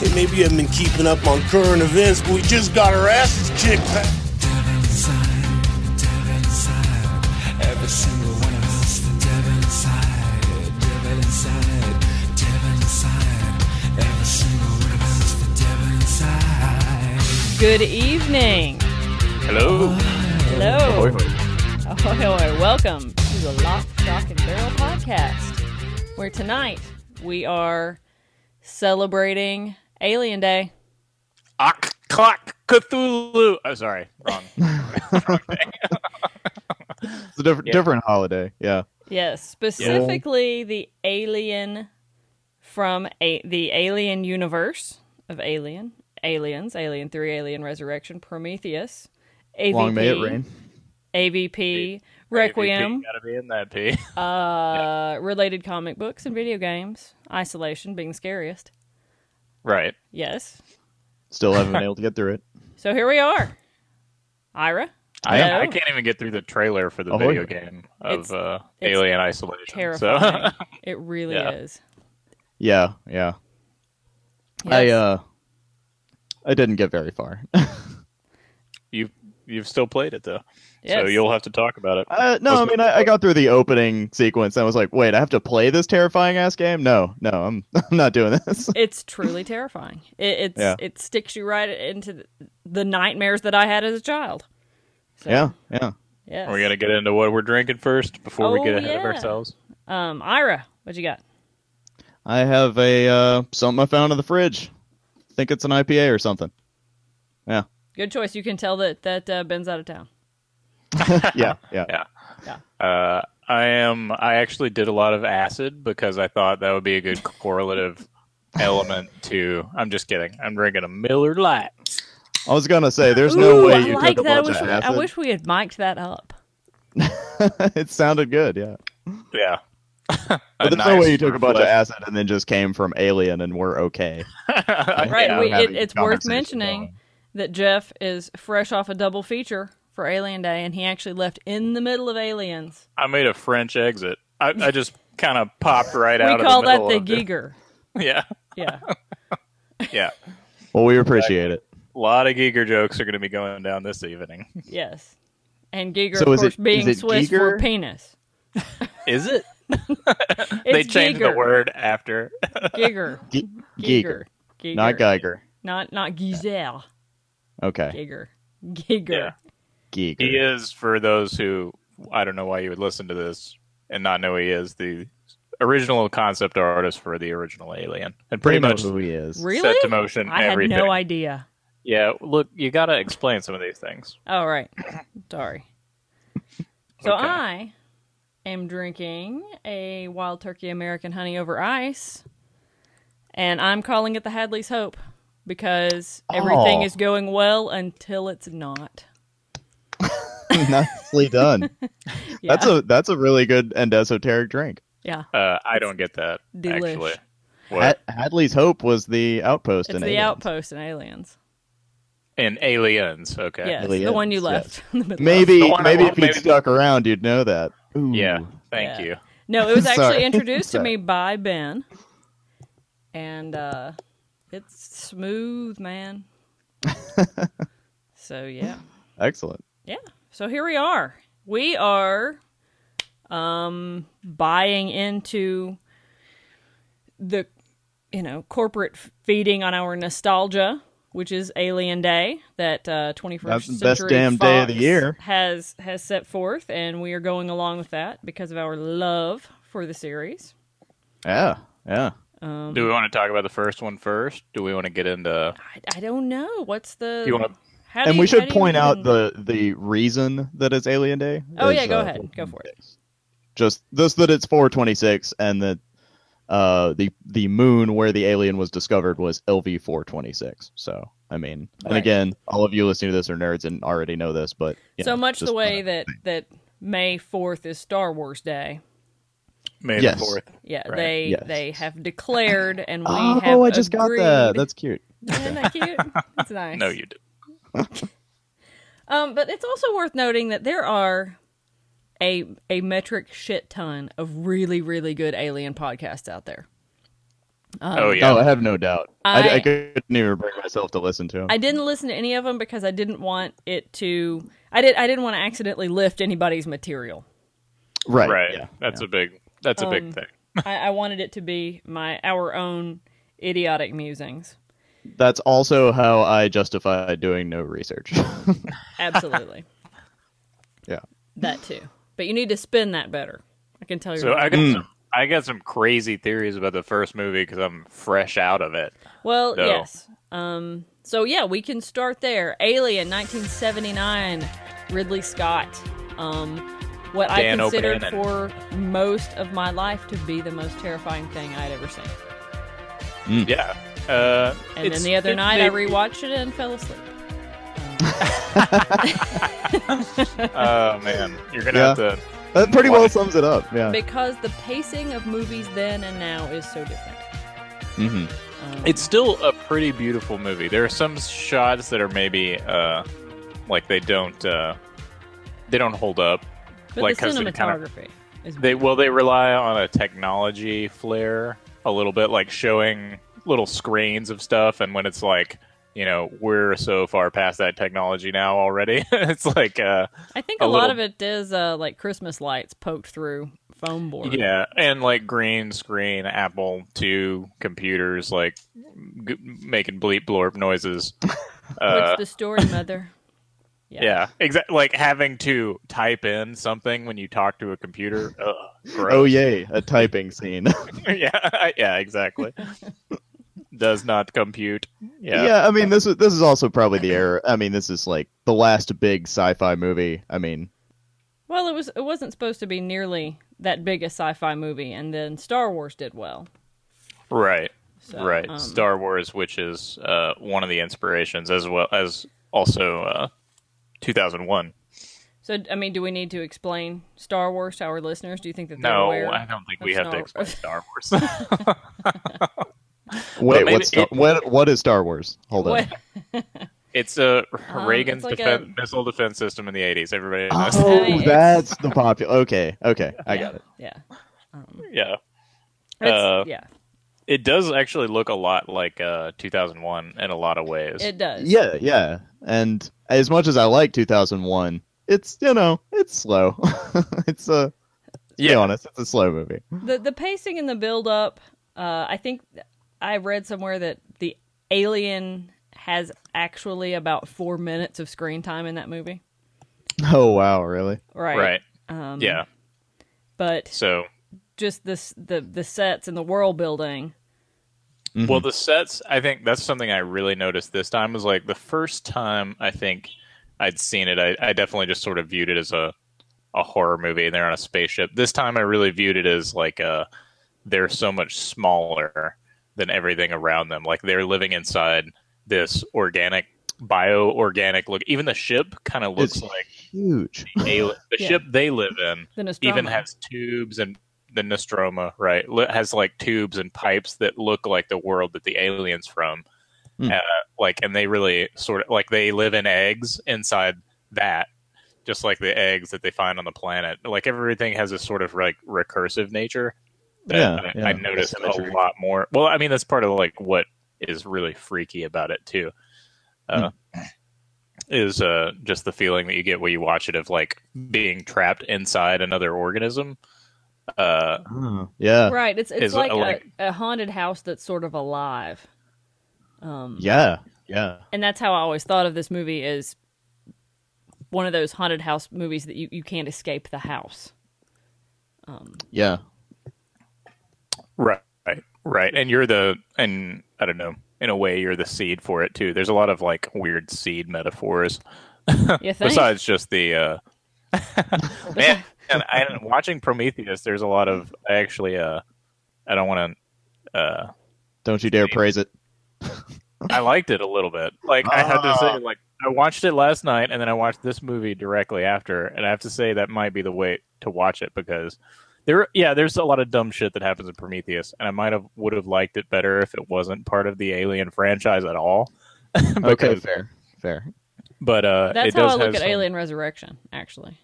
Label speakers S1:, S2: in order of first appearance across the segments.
S1: Hey, maybe you haven't been keeping up on current events, but we just got our asses kicked.
S2: Devil inside, devil inside, every single one of us. The devil inside, devil inside, devil inside, every single one of us. The devil inside.
S3: Good evening.
S4: Hello.
S3: Hello.
S4: Ahoy,
S3: Ahoy,
S4: ahoy.
S3: ahoy. Welcome to the Lock, Stock, and Barrel podcast, where tonight we are celebrating Alien Day.
S4: Ock, clock, Cthulhu. Oh, sorry. Wrong.
S5: It's a different
S4: Yeah.
S5: different holiday. Yeah.
S3: Yes, specifically the alien from a- the alien universe of Alien, Aliens, Alien 3, Alien Resurrection, Prometheus, AVP,
S5: Long may it rain.
S3: AVP, Requiem.
S4: AVP, Gotta be in that P.
S3: uh, related comic books and video games. Isolation being scariest.
S4: right.
S3: Yes.
S5: Still haven't been able to get through it.
S3: So here we are. Ira,
S4: I,
S3: Hello.
S4: I can't even get through the trailer for the
S5: Ahoy.
S4: video game of
S3: Oh. It's-
S4: uh,
S3: it's
S4: Alien Isolation.
S3: terrifying. it really
S4: Yeah.
S3: is.
S5: Yeah, yeah. I
S3: Yes.
S5: uh I didn't get very far.
S4: So you've you've still played it though, so
S3: Yes.
S4: you'll have to talk about it.
S5: Uh, no, I mean I, I got through the opening sequence and I was like, wait, I have to play this terrifying ass game? No, no, I'm I'm not doing this.
S3: it's truly terrifying. It it's,
S5: Yeah.
S3: it sticks you right into the, the nightmares that I had as a child. So,
S5: Yeah, yeah.
S3: Yes.
S4: We're gonna get into what we're drinking first before we
S3: Oh,
S4: get ahead of
S3: yeah.
S4: ourselves.
S3: Um, Ira, what you got?
S5: I have a uh something I found in the fridge. think it's an IPA or something. Yeah.
S3: Good choice. You can tell that that uh, Ben's out of town.
S5: Yeah, yeah.
S4: Yeah.
S3: Yeah.
S4: Uh, I am. I actually did a lot of acid because I thought that would be a good correlative element to. I'm just kidding. I'm drinking a Miller Lite.
S5: I was gonna say there's no
S3: Ooh,
S5: way
S3: I
S5: you
S3: like
S5: took a
S3: that. I
S5: bunch
S3: wish,
S5: of
S3: we,
S5: acid.
S3: I wish we had mic'd that up.
S5: it sounded good, yeah.
S4: Yeah. A
S5: But there's no
S4: nice
S5: way you took a bunch of
S4: reflect-
S5: acid and then just came from Alien and we're okay.
S3: Right.
S4: Yeah.
S3: we, it,
S5: having
S3: it's
S5: a
S3: worth
S5: conversation
S3: mentioning
S5: going.
S3: that Jeff is fresh off a double feature for Alien Day, and he actually left in the middle of Aliens.
S4: I made a French exit. I, I just kind of popped right out.
S3: we
S4: of
S3: call
S4: the
S3: that
S4: middle
S3: the
S4: of it.
S3: Giger.
S4: Yeah,
S3: Yeah.
S4: yeah.
S5: Well, we appreciate it.
S4: A lot of Giger jokes are going to be going down this evening.
S3: yes. And Giger,
S5: So
S3: of
S5: is it-
S3: course, being
S5: is it
S3: Swiss for
S5: Giger?
S3: penis.
S4: Is it?
S3: It's
S4: they changed
S3: Giger.
S4: the word after.
S3: Giger.
S5: Ge-
S3: Giger.
S5: Giger.
S3: Giger.
S5: not Geiger.
S3: Not not Giselle.
S5: Okay,
S3: Giger. Giger.
S4: Yeah.
S5: Geiger.
S4: He is for those who I don't know why you would listen to this and not know he is the original concept artist for the original Alien, and pretty
S5: They know
S4: much
S5: who he is.
S3: Really?
S4: set to motion
S3: I had
S4: everything.
S3: no idea.
S4: Yeah, look, you got to explain some of these things.
S3: All right. Sorry. So
S4: Okay.
S3: I am drinking a wild turkey American honey over ice, and I'm calling it the Hadley's Hope because everything
S5: Oh.
S3: is going well until it's not.
S5: Nicely done.
S3: Yeah.
S5: That's a that's a really good and esoteric drink.
S3: yeah.
S4: Uh, I don't get that
S3: Delish.
S4: actually. What?
S5: Had- Hadley's Hope was the outpost
S3: It's
S5: in
S3: the
S5: Alien.
S3: outpost in Aliens.
S4: in Aliens, okay.
S3: Yes, the
S5: Aliens,
S3: one you left
S5: yes.
S3: in the middle. of.
S5: Maybe
S4: The one I
S5: maybe
S4: want,
S5: if you
S4: maybe-
S5: stuck around, you'd know that. Ooh.
S4: Yeah, thank
S3: Yeah.
S4: you.
S3: No, it was actually
S5: Sorry.
S3: introduced to
S5: Sorry.
S3: me by Ben, and uh, it's smooth, man. so yeah.
S5: excellent.
S3: Yeah. So here we are. We are um buying into the you know, corporate feeding on our nostalgia, which is Alien Day that uh 21st
S5: That's the best
S3: century
S5: damn day of the
S3: Fox
S5: year.
S3: has has set forth and we are going along with that because of our love for the series.
S5: Yeah, yeah.
S3: Um
S4: Do we want to talk about the first one first? Do we want to get into?
S3: I, I don't know what's the
S4: You wanna-
S3: how do
S5: And
S3: you-
S5: we
S3: how
S5: should
S3: do you
S5: point out
S3: even-
S5: the the reason that it's Alien Day.
S3: Oh yeah,
S5: is,
S3: go
S5: uh,
S3: ahead. Go for it.
S5: just just that it's 426 and that uh the the moon where the alien was discovered was LV 426 so i mean and
S3: Right.
S5: again all of you listening to this are nerds and already know this but you
S3: so
S5: know,
S3: much
S5: just
S3: the way
S5: kinda-
S3: that that May fourth is Star Wars Day.
S4: May the
S5: Yes.
S4: fourth.
S3: Yeah,
S4: Right.
S3: they
S5: Yes.
S3: they have declared, and we
S5: oh
S3: have.
S5: i just
S3: agreed.
S5: got that that's cute
S3: Isn't that cute? That's nice.
S4: No, you did.
S3: Um, but it's also worth noting that there are a a metric shit ton of really really good alien podcasts out there.
S4: oh yeah,
S5: Oh, I have no doubt. I,
S3: I-
S5: I couldn't even bring myself to listen to him.
S3: I didn't listen to any of them because I didn't want it to. I did. I didn't want to accidentally lift anybody's material.
S5: right.
S4: right.
S5: Yeah.
S4: That's a big. That's a
S3: Um,
S4: big thing.
S3: I, I wanted it to be my our own idiotic musings.
S5: That's also how I justify doing no research.
S3: Absolutely,
S5: yeah.
S3: that too. But you need to spin that better. I can tell you.
S4: So I got
S5: Mm.
S4: some, I got some crazy theories about the first movie because I'm fresh out of it.
S3: well,
S4: No.
S3: yes. Um. So yeah, we can start there. Alien, 1979, Ridley Scott. Um. What
S4: Dan
S3: I considered
S4: O'Bannon.
S3: for most of my life to be the most terrifying thing I'd ever seen.
S5: Mm.
S4: Yeah. Uh,
S3: And
S4: it's-
S3: then the other
S4: it-
S3: night, I
S4: they-
S3: rewatched it and fell asleep.
S4: Oh man, you're gonna
S5: Yeah.
S4: have to.
S5: That pretty well
S4: What?
S5: sums it up.
S4: Uh.
S5: Yeah.
S3: Because the pacing of movies then and now is so different.
S4: Mm-hmm.
S5: hmm
S3: Um,
S4: It's still a pretty beautiful movie. There are some shots that are maybe uh, like they don't uh, they don't hold up.
S3: but
S4: like,
S3: the
S4: 'cause they kinda-
S3: cinematography is
S4: They well they rely on a technology flair a little bit, like showing little screens of stuff, and when it's like you know we're so far past that technology now already, it's like uh,
S3: I think a,
S4: a
S3: lot
S4: little-
S3: of it is uh, like Christmas lights poked through foam board.
S4: Yeah, and like green screen, Apple II computers, like g- making bleep blorp noises. Uh,
S3: What's the story, mother?
S4: yeah, exactly. Like having to type in something when you talk to a computer. Ugh,
S5: Oh
S4: gross.
S5: yay, a typing scene.
S4: yeah, yeah, exactly. Does not compute.
S5: Yeah.
S4: Yeah,
S5: I mean this is this is also probably the era. I mean, this is like the last big sci-fi movie. I mean,
S3: Well, it was. It wasn't supposed to be nearly that big a sci-fi movie, and then Star Wars did well.
S4: right,
S3: So,
S4: right.
S3: um,
S4: Star Wars, which is uh, one of the inspirations, as well as also uh, 2001.
S3: So, I mean, do we need to explain Star Wars to our listeners? Do you think that they're
S4: No,
S3: aware?
S4: I don't think we
S3: of
S4: have to
S3: Star
S4: explain
S3: Wars?
S4: Star Wars.
S5: wait,
S4: maybe
S5: what's Star-
S4: it-
S5: what what is Star Wars? Hold on.
S3: What-
S4: It's a
S3: Um,
S4: Reagan's
S3: it's like
S4: defen- missile defense system in the 80s. Everybody knows.
S3: I mean,
S5: Oh,
S3: it's-
S5: that's the popular. Okay, okay, I got it.
S3: Yeah.
S4: Yeah.
S3: It's-
S4: Uh,
S3: yeah.
S4: It does actually look a lot like uh, 2001 in a lot of ways.
S3: It does.
S5: Yeah, yeah. And as much as I like 2001, it's you know it's slow. it's a yeah. Be
S4: Yeah.
S5: honest, it's a slow movie.
S3: the the pacing and the build up uh, i think i read somewhere that the alien has actually about four minutes of screen time in that movie
S5: Oh wow, really?
S3: right
S4: right.
S3: um,
S4: Yeah.
S3: but
S4: So,
S3: just this the the sets and the world building
S4: well, the sets, I think that's something I really noticed this time was like the first time I think I'd seen it, I, I definitely just sort of viewed it as a, a horror movie and they're on a spaceship. This time I really viewed it as like a, they're so much smaller than everything around them. Like they're living inside this organic, bio-organic look. Even the ship kind of looks
S5: It's-
S4: like
S5: Huge.
S4: alien. The
S3: Yeah.
S4: ship they live in
S3: the Nostromo.
S4: even has tubes and the Nostromo, right? li- Has like tubes and pipes that look like the world that the aliens from.
S5: Hmm.
S4: Uh, like, and they really sort of like they live in eggs inside that, just like the eggs that they find on the planet. Like everything has a sort of like recursive nature. That
S5: Yeah,
S4: I,
S5: yeah.
S4: I noticed a
S5: Symmetry.
S4: lot more. Well, I mean that's part of like what is really freaky about it too.
S5: Hmm.
S4: Uh, Is uh, just the feeling that you get when you watch it of like being trapped inside another organism. Uh,
S5: Oh, Yeah.
S3: right it's it's
S5: uh,
S4: is
S3: like,
S4: a- like-
S3: a, a haunted house that's sort of alive um
S5: Yeah. Yeah.
S3: and that's how i always thought of this movie is one of those haunted house movies that you, you can't escape the house um
S5: Yeah.
S4: Right, right. And you're the, and I don't know, in a way, you're the seed for it too. There's a lot of like weird seed metaphors
S3: you think?
S4: besides just the, uh, man, and, and watching Prometheus, there's a lot of, I actually, uh, I don't want to, uh,
S5: Don't you dare praise it.
S4: I liked it a little bit. Like, I had to say, like, I watched it last night and then I watched this movie directly after. And I have to say, that might be the way to watch it because. There, yeah, there's a lot of dumb shit that happens in Prometheus, and I might have would have liked it better if it wasn't part of the Alien franchise at all.
S5: Okay,
S4: Because-
S5: fair. Fair.
S4: But uh,
S3: That's
S4: it
S3: how
S4: does
S3: I look
S4: have
S3: at
S4: some-
S3: Alien Resurrection, actually.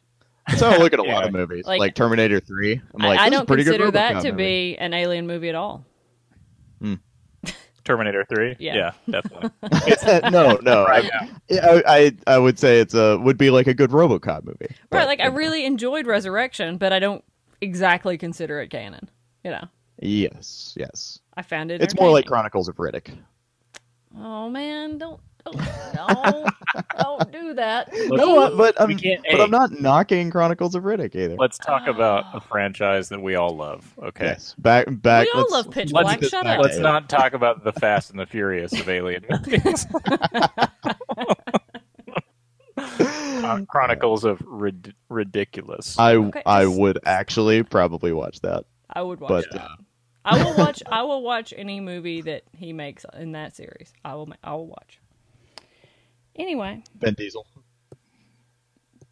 S5: That's how I look at a lot
S4: Yeah.
S5: of movies,
S3: Like-
S5: like, Terminator Three. I'm like,
S3: I, I
S5: this is a
S3: don't
S5: pretty good
S3: consider that
S5: Robocop
S3: to
S5: movie.
S3: be an alien movie at all.
S4: Terminator Three.
S3: Yeah.
S4: definitely.
S5: no, no. I, I, I I would say it's a would be like a good RoboCop movie.
S3: Right, like I really enjoyed Resurrection, but I don't exactly consider it canon. You know,
S5: Yes, yes.
S3: I found it.
S5: It's more like
S3: entertaining.
S5: Chronicles of Riddick.
S3: Oh man, don't don't don't, don't do that.
S5: No, I- but I'm
S4: we can't-
S5: but I'm
S4: hey.
S5: not knocking Chronicles of Riddick either.
S4: Let's
S3: Ah.
S4: talk about a franchise that we all love. Okay.
S5: Yes, back back.
S3: We all
S5: let's-
S3: love Pitch
S5: let's
S3: Black,
S5: get
S3: shut
S5: back
S3: up.
S5: to
S4: Let's
S5: it.
S4: not talk about the Fast and the Furious of Alien movies. Uh, Chronicles of Rid- Ridiculous.
S5: I
S3: Okay.
S5: I would actually probably watch that,
S3: I would watch.
S5: but
S3: that.
S4: uh,
S3: I will watch. I will watch any movie that he makes in that series. I will. ma- I will watch. Anyway,
S5: Ben Diesel.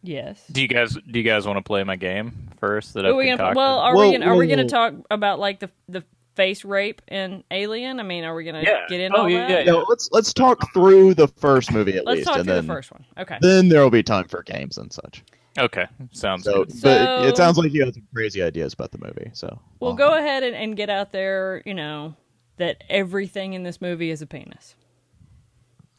S3: yes.
S4: do you guys do you guys want to play my game first? That
S3: Are
S4: I've
S3: we gonna,
S4: concocted?
S3: well, are
S5: Whoa,
S3: we gonna, are we
S5: whoa.
S3: gonna talk about like the the face rape in Alien? I mean, are we gonna
S4: Yeah.
S3: get into
S4: Oh,
S3: all
S4: yeah,
S3: that?
S4: yeah.
S5: No, let's let's talk through the first movie at
S3: Let's
S5: least,
S3: talk
S5: and
S3: through
S5: then
S3: the first one. Okay.
S5: then there will be time for games and such.
S4: okay, sounds
S5: So,
S4: good.
S5: but it-
S3: So-
S5: it sounds like you have some crazy ideas about the movie. So
S3: Well,
S5: I'll-
S3: go ahead and, and get out there, you know, that everything in this movie is a penis.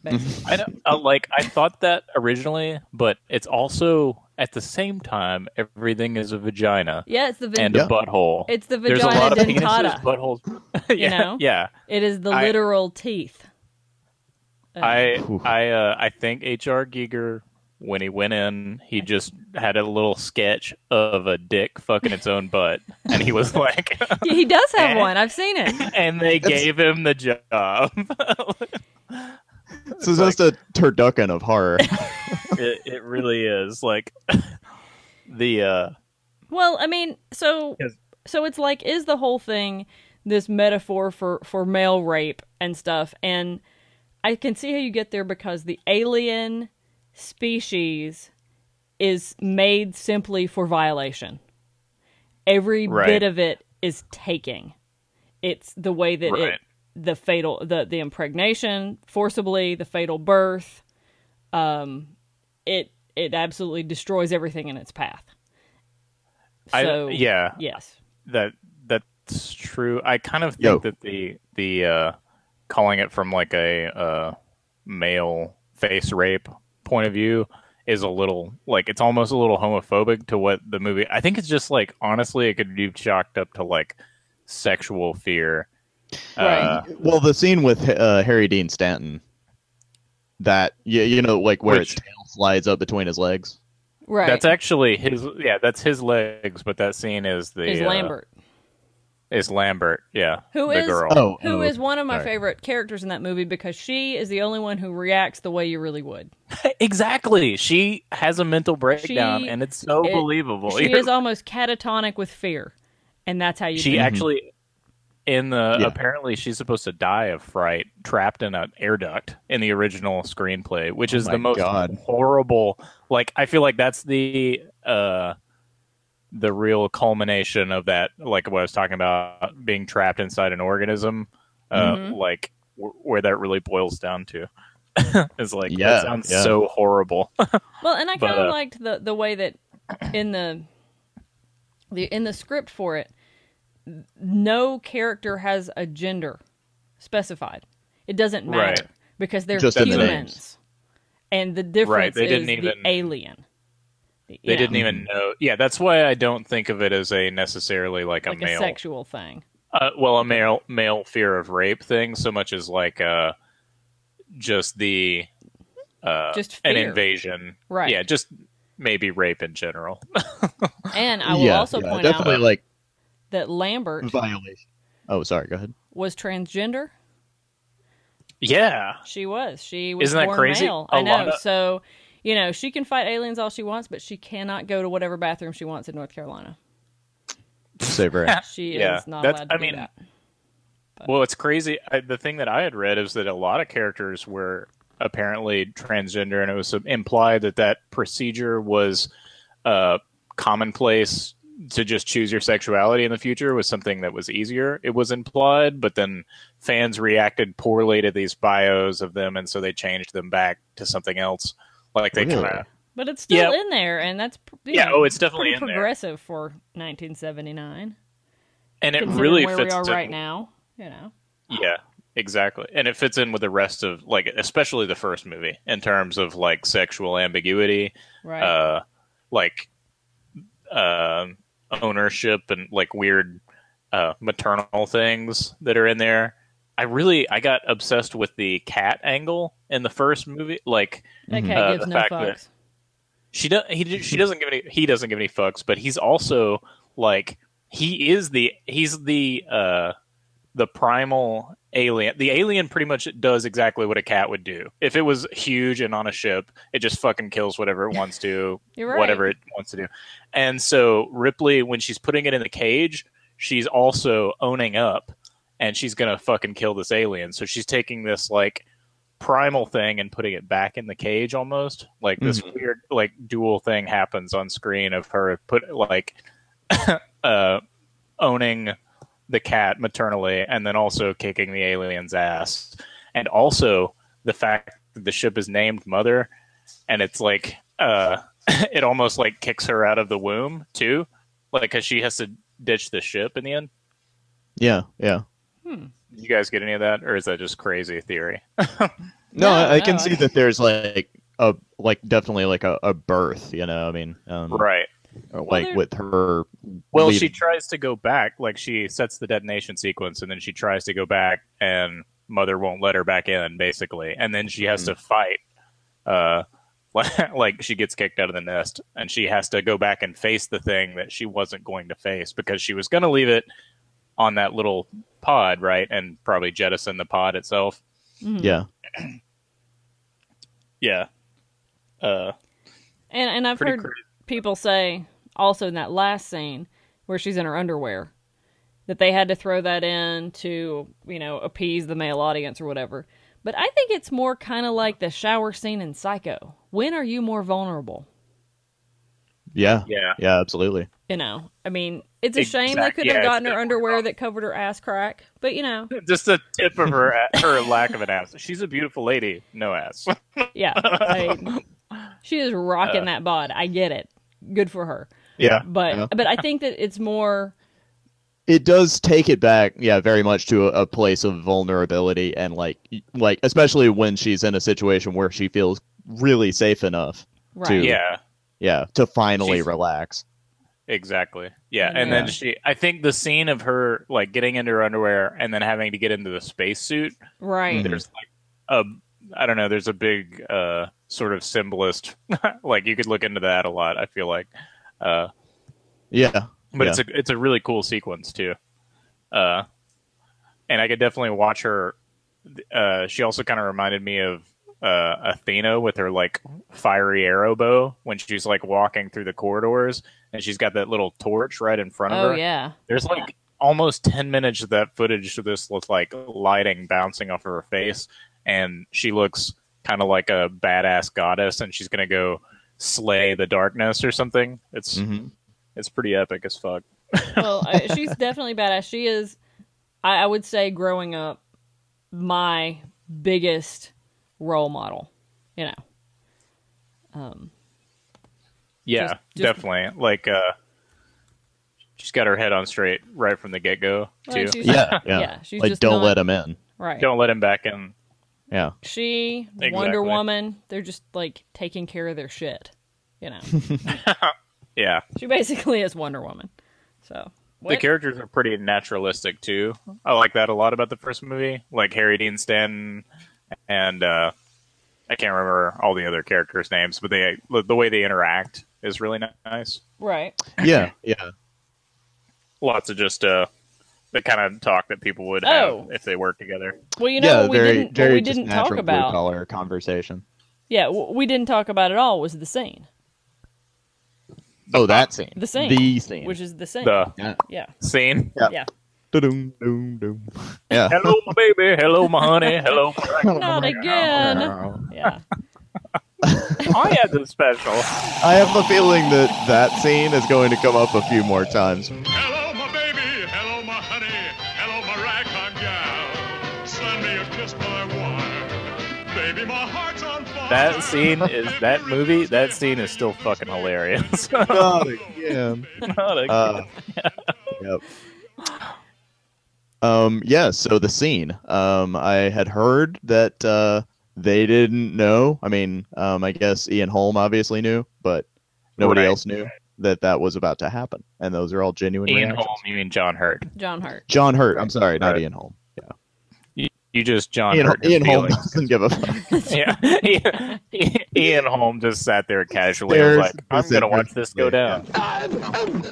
S3: Basically.
S4: I don't, uh, like I thought that originally, but it's also at the same time everything is a vagina
S3: yeah, it's the vagina.
S4: and
S5: Yeah.
S4: a butthole.
S3: It's the
S4: There's a
S3: vagina
S4: lot of
S3: dentata.
S4: penises, buttholes. yeah,
S3: know?
S4: yeah.
S3: It is the
S4: I-
S3: literal teeth.
S4: I
S5: Oof.
S4: I uh, I think H.R. Giger when he went in, he just had a little sketch of a dick fucking its own butt, and he was like,
S3: Yeah, he does have
S4: Eh.
S3: one. I've seen it.
S4: and they gave him the job.
S5: So it's just a turducken of horror.
S4: it, it really is like the uh,
S3: Well, I mean, so
S4: Yes.
S3: so it's like is the whole thing this metaphor for for male rape and stuff and I can see how you get there because the alien species is made simply for violation. Every
S4: Right.
S3: bit of it is taking. It's the way that it
S4: Right.
S3: the fatal the the impregnation forcibly, the fatal birth, it it absolutely destroys everything in its path.
S4: I-
S3: So
S4: yeah.
S3: yes,
S4: that that's true. I kind of think
S5: Yo.
S4: that the the uh, calling it from like a uh, male face rape point of view is a little like it's almost a little homophobic to what the movie. I think it's just like honestly, it could be chalked up to like sexual fear. Uh,
S5: well, the scene with uh, Harry Dean Stanton, that you, you know, like where
S4: Which-
S5: its tail slides up between his legs.
S3: right.
S4: That's actually his. Yeah, that's his legs, but that scene is the
S3: is
S4: uh,
S3: Lambert,
S4: is Lambert. Yeah,
S3: Who
S4: the
S3: is-
S4: girl?
S5: Oh,
S3: who is
S5: oh,
S3: one of my
S5: sorry.
S3: favorite characters in that movie because she is the only one who reacts the way you really would.
S4: Exactly. She has a mental breakdown, and it's so
S3: it-
S4: believable.
S3: she
S4: You're
S3: is almost catatonic with fear, and that's how you.
S4: she
S3: do it.
S4: actually in the
S5: Yeah.
S4: apparently she's supposed to die of fright trapped in an air duct in the original screenplay which is
S5: Oh my
S4: the most
S5: God.
S4: horrible like i feel like that's the uh the real culmination of that like what i was talking about being trapped inside an organism uh
S3: Mm-hmm.
S4: like wh- where that really boils down to is like
S5: Yeah,
S4: that sounds
S5: yeah.
S4: so horrible
S3: Well, and I
S4: But,
S3: kind of
S4: uh,
S3: liked the the way that in the the in the script for it, no character has a gender specified. It doesn't matter
S4: Right.
S3: because they're
S5: Just in the
S3: humans,
S5: names.
S3: and the difference
S4: Right, they didn't
S3: is
S4: even-
S3: the alien. You
S4: they
S3: know,
S4: didn't even know yeah that's why i don't think of it as a necessarily like a
S3: like a
S4: male
S3: sexual thing.
S4: uh, well a male male fear of rape thing so much as like uh just the uh
S3: Just
S4: an
S3: fear.
S4: invasion
S3: Right.
S4: yeah just maybe rape in general
S3: And I will
S5: yeah,
S3: also
S5: yeah,
S3: point
S5: definitely
S3: out
S5: like
S3: that Lambert
S5: violation. Oh, sorry. Go ahead.
S3: was transgender.
S4: yeah
S3: She was. She was
S4: Isn't that
S3: born
S4: crazy?
S3: male.
S4: A
S3: I
S4: lot
S3: know.
S4: of-
S3: So, you know, she can fight aliens all she wants, but she cannot go to whatever bathroom she wants in North Carolina.
S5: Save her. ass.
S3: She
S4: Yeah,
S3: is not
S4: that's-
S3: allowed to
S4: I
S3: do
S4: mean,
S3: that.
S4: well it's crazy I, the thing that i had read is that a lot of characters were apparently transgender and it was implied that that procedure was uh commonplace to just choose your sexuality in the future was something that was easier it was implied but then fans reacted poorly to these bios of them and so they changed them back to something else like they
S5: Really?
S4: kind of
S3: But it's still
S4: yeah.
S3: in there, and that's pr- you
S4: Yeah,
S3: know,
S4: oh, it's definitely
S3: pretty
S4: in there.
S3: progressive for 1979.
S4: and it
S3: considering
S4: really
S3: where
S4: fits
S3: we are
S4: to-
S3: right now. You know,
S4: Yeah, exactly. And it fits in with the rest of like especially the first movie in terms of like sexual ambiguity,
S3: Right.
S4: uh like um ownership and like weird uh maternal things that are in there. I really I got obsessed with the cat angle in the first movie like
S3: that cat
S4: uh,
S3: gives
S4: the
S3: no
S4: fact that-
S3: fucks.
S4: she does he d- she doesn't give any he doesn't give any fucks but he's also like he is the he's the uh the primal alien the alien pretty much does exactly what a cat would do if it was huge and on a ship it just fucking kills whatever it wants to
S3: You're right.
S4: whatever it wants to do and so ripley when she's putting it in the cage she's also owning up and she's gonna fucking kill this alien so she's taking this like primal thing and putting it back in the cage almost like this weird like dual thing happens on screen of her put like uh owning the cat maternally and then also kicking the alien's ass and also the fact that the ship is named mother and it's like uh it almost like kicks her out of the womb too like because she has to ditch the ship in the end
S5: Yeah, yeah.
S4: Did you guys get any of that or is that just crazy theory
S5: No,
S3: No,
S5: I, I can
S3: no,
S5: see
S3: I-
S5: that there's like a like definitely like a, a birth, you know. I mean, um,
S4: right
S5: or,
S3: Well,
S5: Like
S3: there-
S5: with her.
S4: Well,
S5: leaving-
S4: she tries to go back, like she sets the detonation sequence, and then she tries to go back, and Mother won't let her back in, basically, and then she has to fight. Uh, like she gets kicked out of the nest, and she has to go back and face the thing that she wasn't going to face because she was going to leave it on that little pod, right, and probably jettison the pod itself.
S3: Mm-hmm.
S5: yeah.
S4: Yeah. Uh,
S3: And and I've
S4: Pretty
S3: heard
S4: crazy.
S3: people say also in that last scene where she's in her underwear that they had to throw that in to, you know, appease the male audience or whatever. But I think it's more kind of like the shower scene in Psycho. When are you more vulnerable?
S5: Yeah.
S4: Yeah.
S5: Yeah, absolutely.
S3: You know, I mean, it's a shame they
S4: Exact-
S3: could
S4: yeah,
S3: have
S4: it's
S3: gotten her
S4: definitely
S3: underwear
S4: wrong.
S3: that covered her ass crack, but you know,
S4: just the tip of her her lack of an ass. She's a beautiful lady, no ass.
S3: yeah, I- she is rocking
S4: Uh.
S3: that bod. I get it, good for her.
S5: Yeah.
S3: But
S5: Yeah.
S3: but I think that it's more
S5: It does take it back, yeah, very much to a, a place of vulnerability and like y- like especially when she's in a situation where she feels really safe enough.
S3: right.
S5: Dude.
S4: yeah.
S5: Yeah, to finally
S4: She's-
S5: relax.
S4: Exactly. Yeah.
S3: And
S4: And
S5: then-
S4: then she, I think the scene of her like getting into her underwear and then having to get into the spacesuit,
S3: Right.
S4: there's like a, I don't know, there's a big uh, sort of symbolist. like you could look into that a lot, I feel like. Uh,
S5: Yeah.
S4: but
S5: yeah.
S4: it's a it's a really cool sequence too. Uh, and I could definitely watch her. Uh, she also kind of reminded me of uh, Athena with her like fiery arrow bow when she's like walking through the corridors and she's got that little torch right in front of
S3: Oh
S4: her.
S3: yeah.
S4: There's like almost 10 minutes of that footage of this with like lighting bouncing off of her face and she looks kind of like a badass goddess and she's going to go slay the darkness or something. It's
S3: Mm-hmm.
S5: Mhm.
S4: it's pretty epic as fuck.
S3: well, uh, she's definitely badass. She is, I, I would say, growing up, my biggest role model. You know, Um,
S4: Yeah,
S3: Just- just-
S4: definitely. Like uh she's got her head on straight right from the get-go
S3: Well,
S4: too.
S3: Oh, she's-
S5: yeah, yeah.
S3: yeah, she's
S5: like
S3: just
S5: don't
S3: not-
S5: let him in.
S3: right?
S4: Don't let him back in.
S5: Yeah.
S3: She,
S4: Exactly.
S3: Wonder Woman, they're just like taking care of their shit. You know,
S4: Yeah.
S3: she basically is Wonder Woman. So
S4: The
S3: what?
S4: characters are pretty naturalistic too. I like that a lot about the first movie, like Harry Dean Stanton and uh, I can't remember all the other characters' names, but they the the way they interact is really ni- nice.
S3: right?
S5: Yeah. Yeah.
S4: Lots of just uh, the kind of talk that people would
S3: Oh.
S4: have if they worked together.
S3: Well, you know,
S5: yeah,
S3: what we
S5: very
S3: didn't, what
S5: very
S3: we
S5: just
S3: didn't
S5: natural
S3: talk about.
S5: blue collar conversation.
S3: Yeah, what we didn't talk about at all was the scene.
S5: Oh, that scene.
S3: Uh, The scene.
S5: The scene.
S3: Which is the scene.
S4: The
S5: yeah.
S3: Yeah.
S4: scene.
S5: Yeah.
S3: Yeah.
S5: Da-dum, dum, dum. Yeah.
S4: Hello, my baby. Hello, my honey. Hello. my-
S3: Not again. Yeah.
S4: I had the special.
S5: I have a feeling that that scene is going to come up a few more times.
S6: Hello, my baby. Hello, my honey. Hello, my ragtime gal. Send me a kiss, my one. Baby, my heart's on fire.
S4: That scene is that movie. That scene is still fucking hilarious.
S5: Not again.
S4: Not again.
S5: Uh, yep. Um, yeah, so the scene. Um, I had heard that uh, they didn't know. I mean, um, I guess Ian Holm obviously knew, but nobody
S4: Right.
S5: else knew that that was about to happen. And those are all genuine
S4: Ian
S5: reactions.
S4: Holm, you mean John Hurt?
S3: John Hurt.
S5: John Hurt. I'm sorry, not
S4: Right.
S5: Ian Holm. Yeah.
S4: You just John
S5: Ian,
S4: Hurt. your
S5: Ian Holm
S4: feelings.
S5: doesn't give a fuck.
S4: yeah. Ian Holm just sat there casually. and was
S5: There's
S4: like, I'm
S5: the
S4: gonna watch this go
S5: Yeah.
S4: down.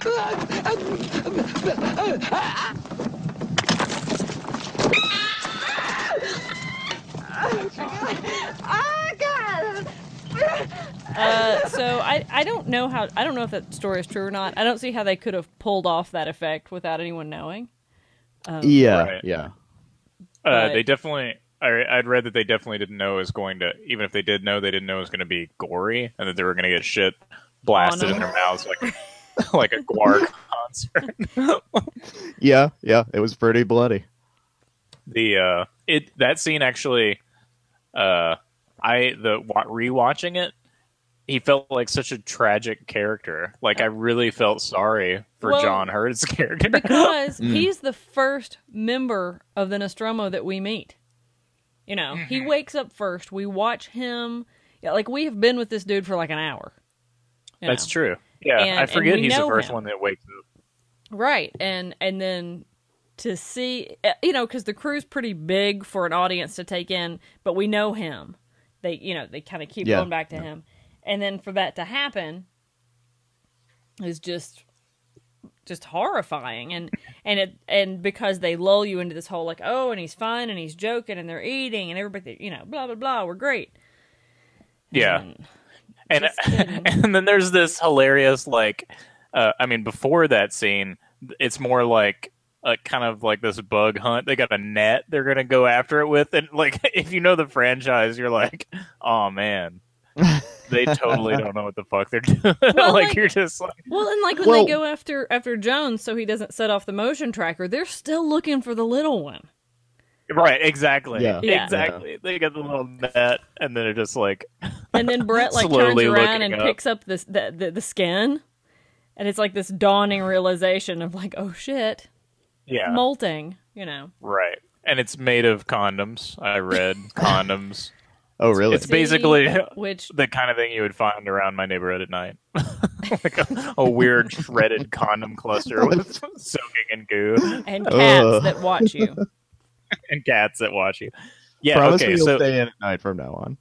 S3: Uh, so I, I don't know how I don't know if that story is true or not. I don't see how they could have pulled off that effect without anyone knowing.
S5: Yeah,
S4: Right.
S5: yeah.
S4: Uh,
S3: But-
S4: they definitely. I, I'd read that they definitely didn't know it was going to. Even if they did know, they didn't know it was going to be gory, and that they were going to get shit blasted
S3: On
S4: in
S3: 'em.
S4: their mouths like like a guar concert.
S5: Yeah, yeah. It was pretty bloody.
S4: The uh, it that scene actually, uh, I the wa- rewatching it, he felt like such a tragic character. Like I really felt sorry for
S3: Well,
S4: John Hurt's character.
S3: because he's the first member of the Nostromo that we meet. You know, he wakes up first. We watch him. Yeah, like we have been with this dude for like an hour. you
S4: That's
S3: know.
S4: true. Yeah,
S3: And-
S4: I
S3: and
S4: forget
S3: we
S4: he's the
S3: know
S4: first
S3: him.
S4: one that wakes up.
S3: right? And and then to see, eh, you know, because the crew's pretty big for an audience to take in, but we know him. They, you know, they kind of keep
S5: Yeah.
S3: going back to him, and then for that to happen is just just horrifying and and it and because they lull you into this whole like oh and he's fine and he's joking and they're eating and everybody you know blah blah blah we're great
S4: Yeah.
S3: And-
S4: and
S3: Just kidding.
S4: and then there's this hilarious like uh, I mean before that scene it's more like a kind of like this bug hunt they got a net they're gonna go after it with and like if you know the franchise you're like oh man they totally don't know what the fuck they're doing
S3: Well,
S4: like,
S3: like-
S4: you're just like
S3: well and like when
S5: Well-
S3: they go after after Jones so he doesn't set off the motion tracker they're still looking for the little one
S4: right exactly
S5: Yeah.
S3: Yeah.
S4: exactly they got the little net and then they're just like
S3: and then Brett like turns
S4: Slowly
S3: around
S4: looking
S3: and
S4: up.
S3: picks up this the, the the skin and it's like this dawning realization of like oh shit
S4: yeah
S3: molting you know
S4: right and it's made of condoms I read condoms
S5: Oh, really?
S4: it's basically
S3: which
S4: the kind of thing you would find around my neighborhood at night, like a, a weird shredded condom cluster with soaking in goo
S3: and cats
S5: Ugh.
S3: that watch you
S4: and cats that watch you. Yeah,
S5: Promise me
S4: okay.
S5: you'll
S4: So
S5: stay in at night from now on.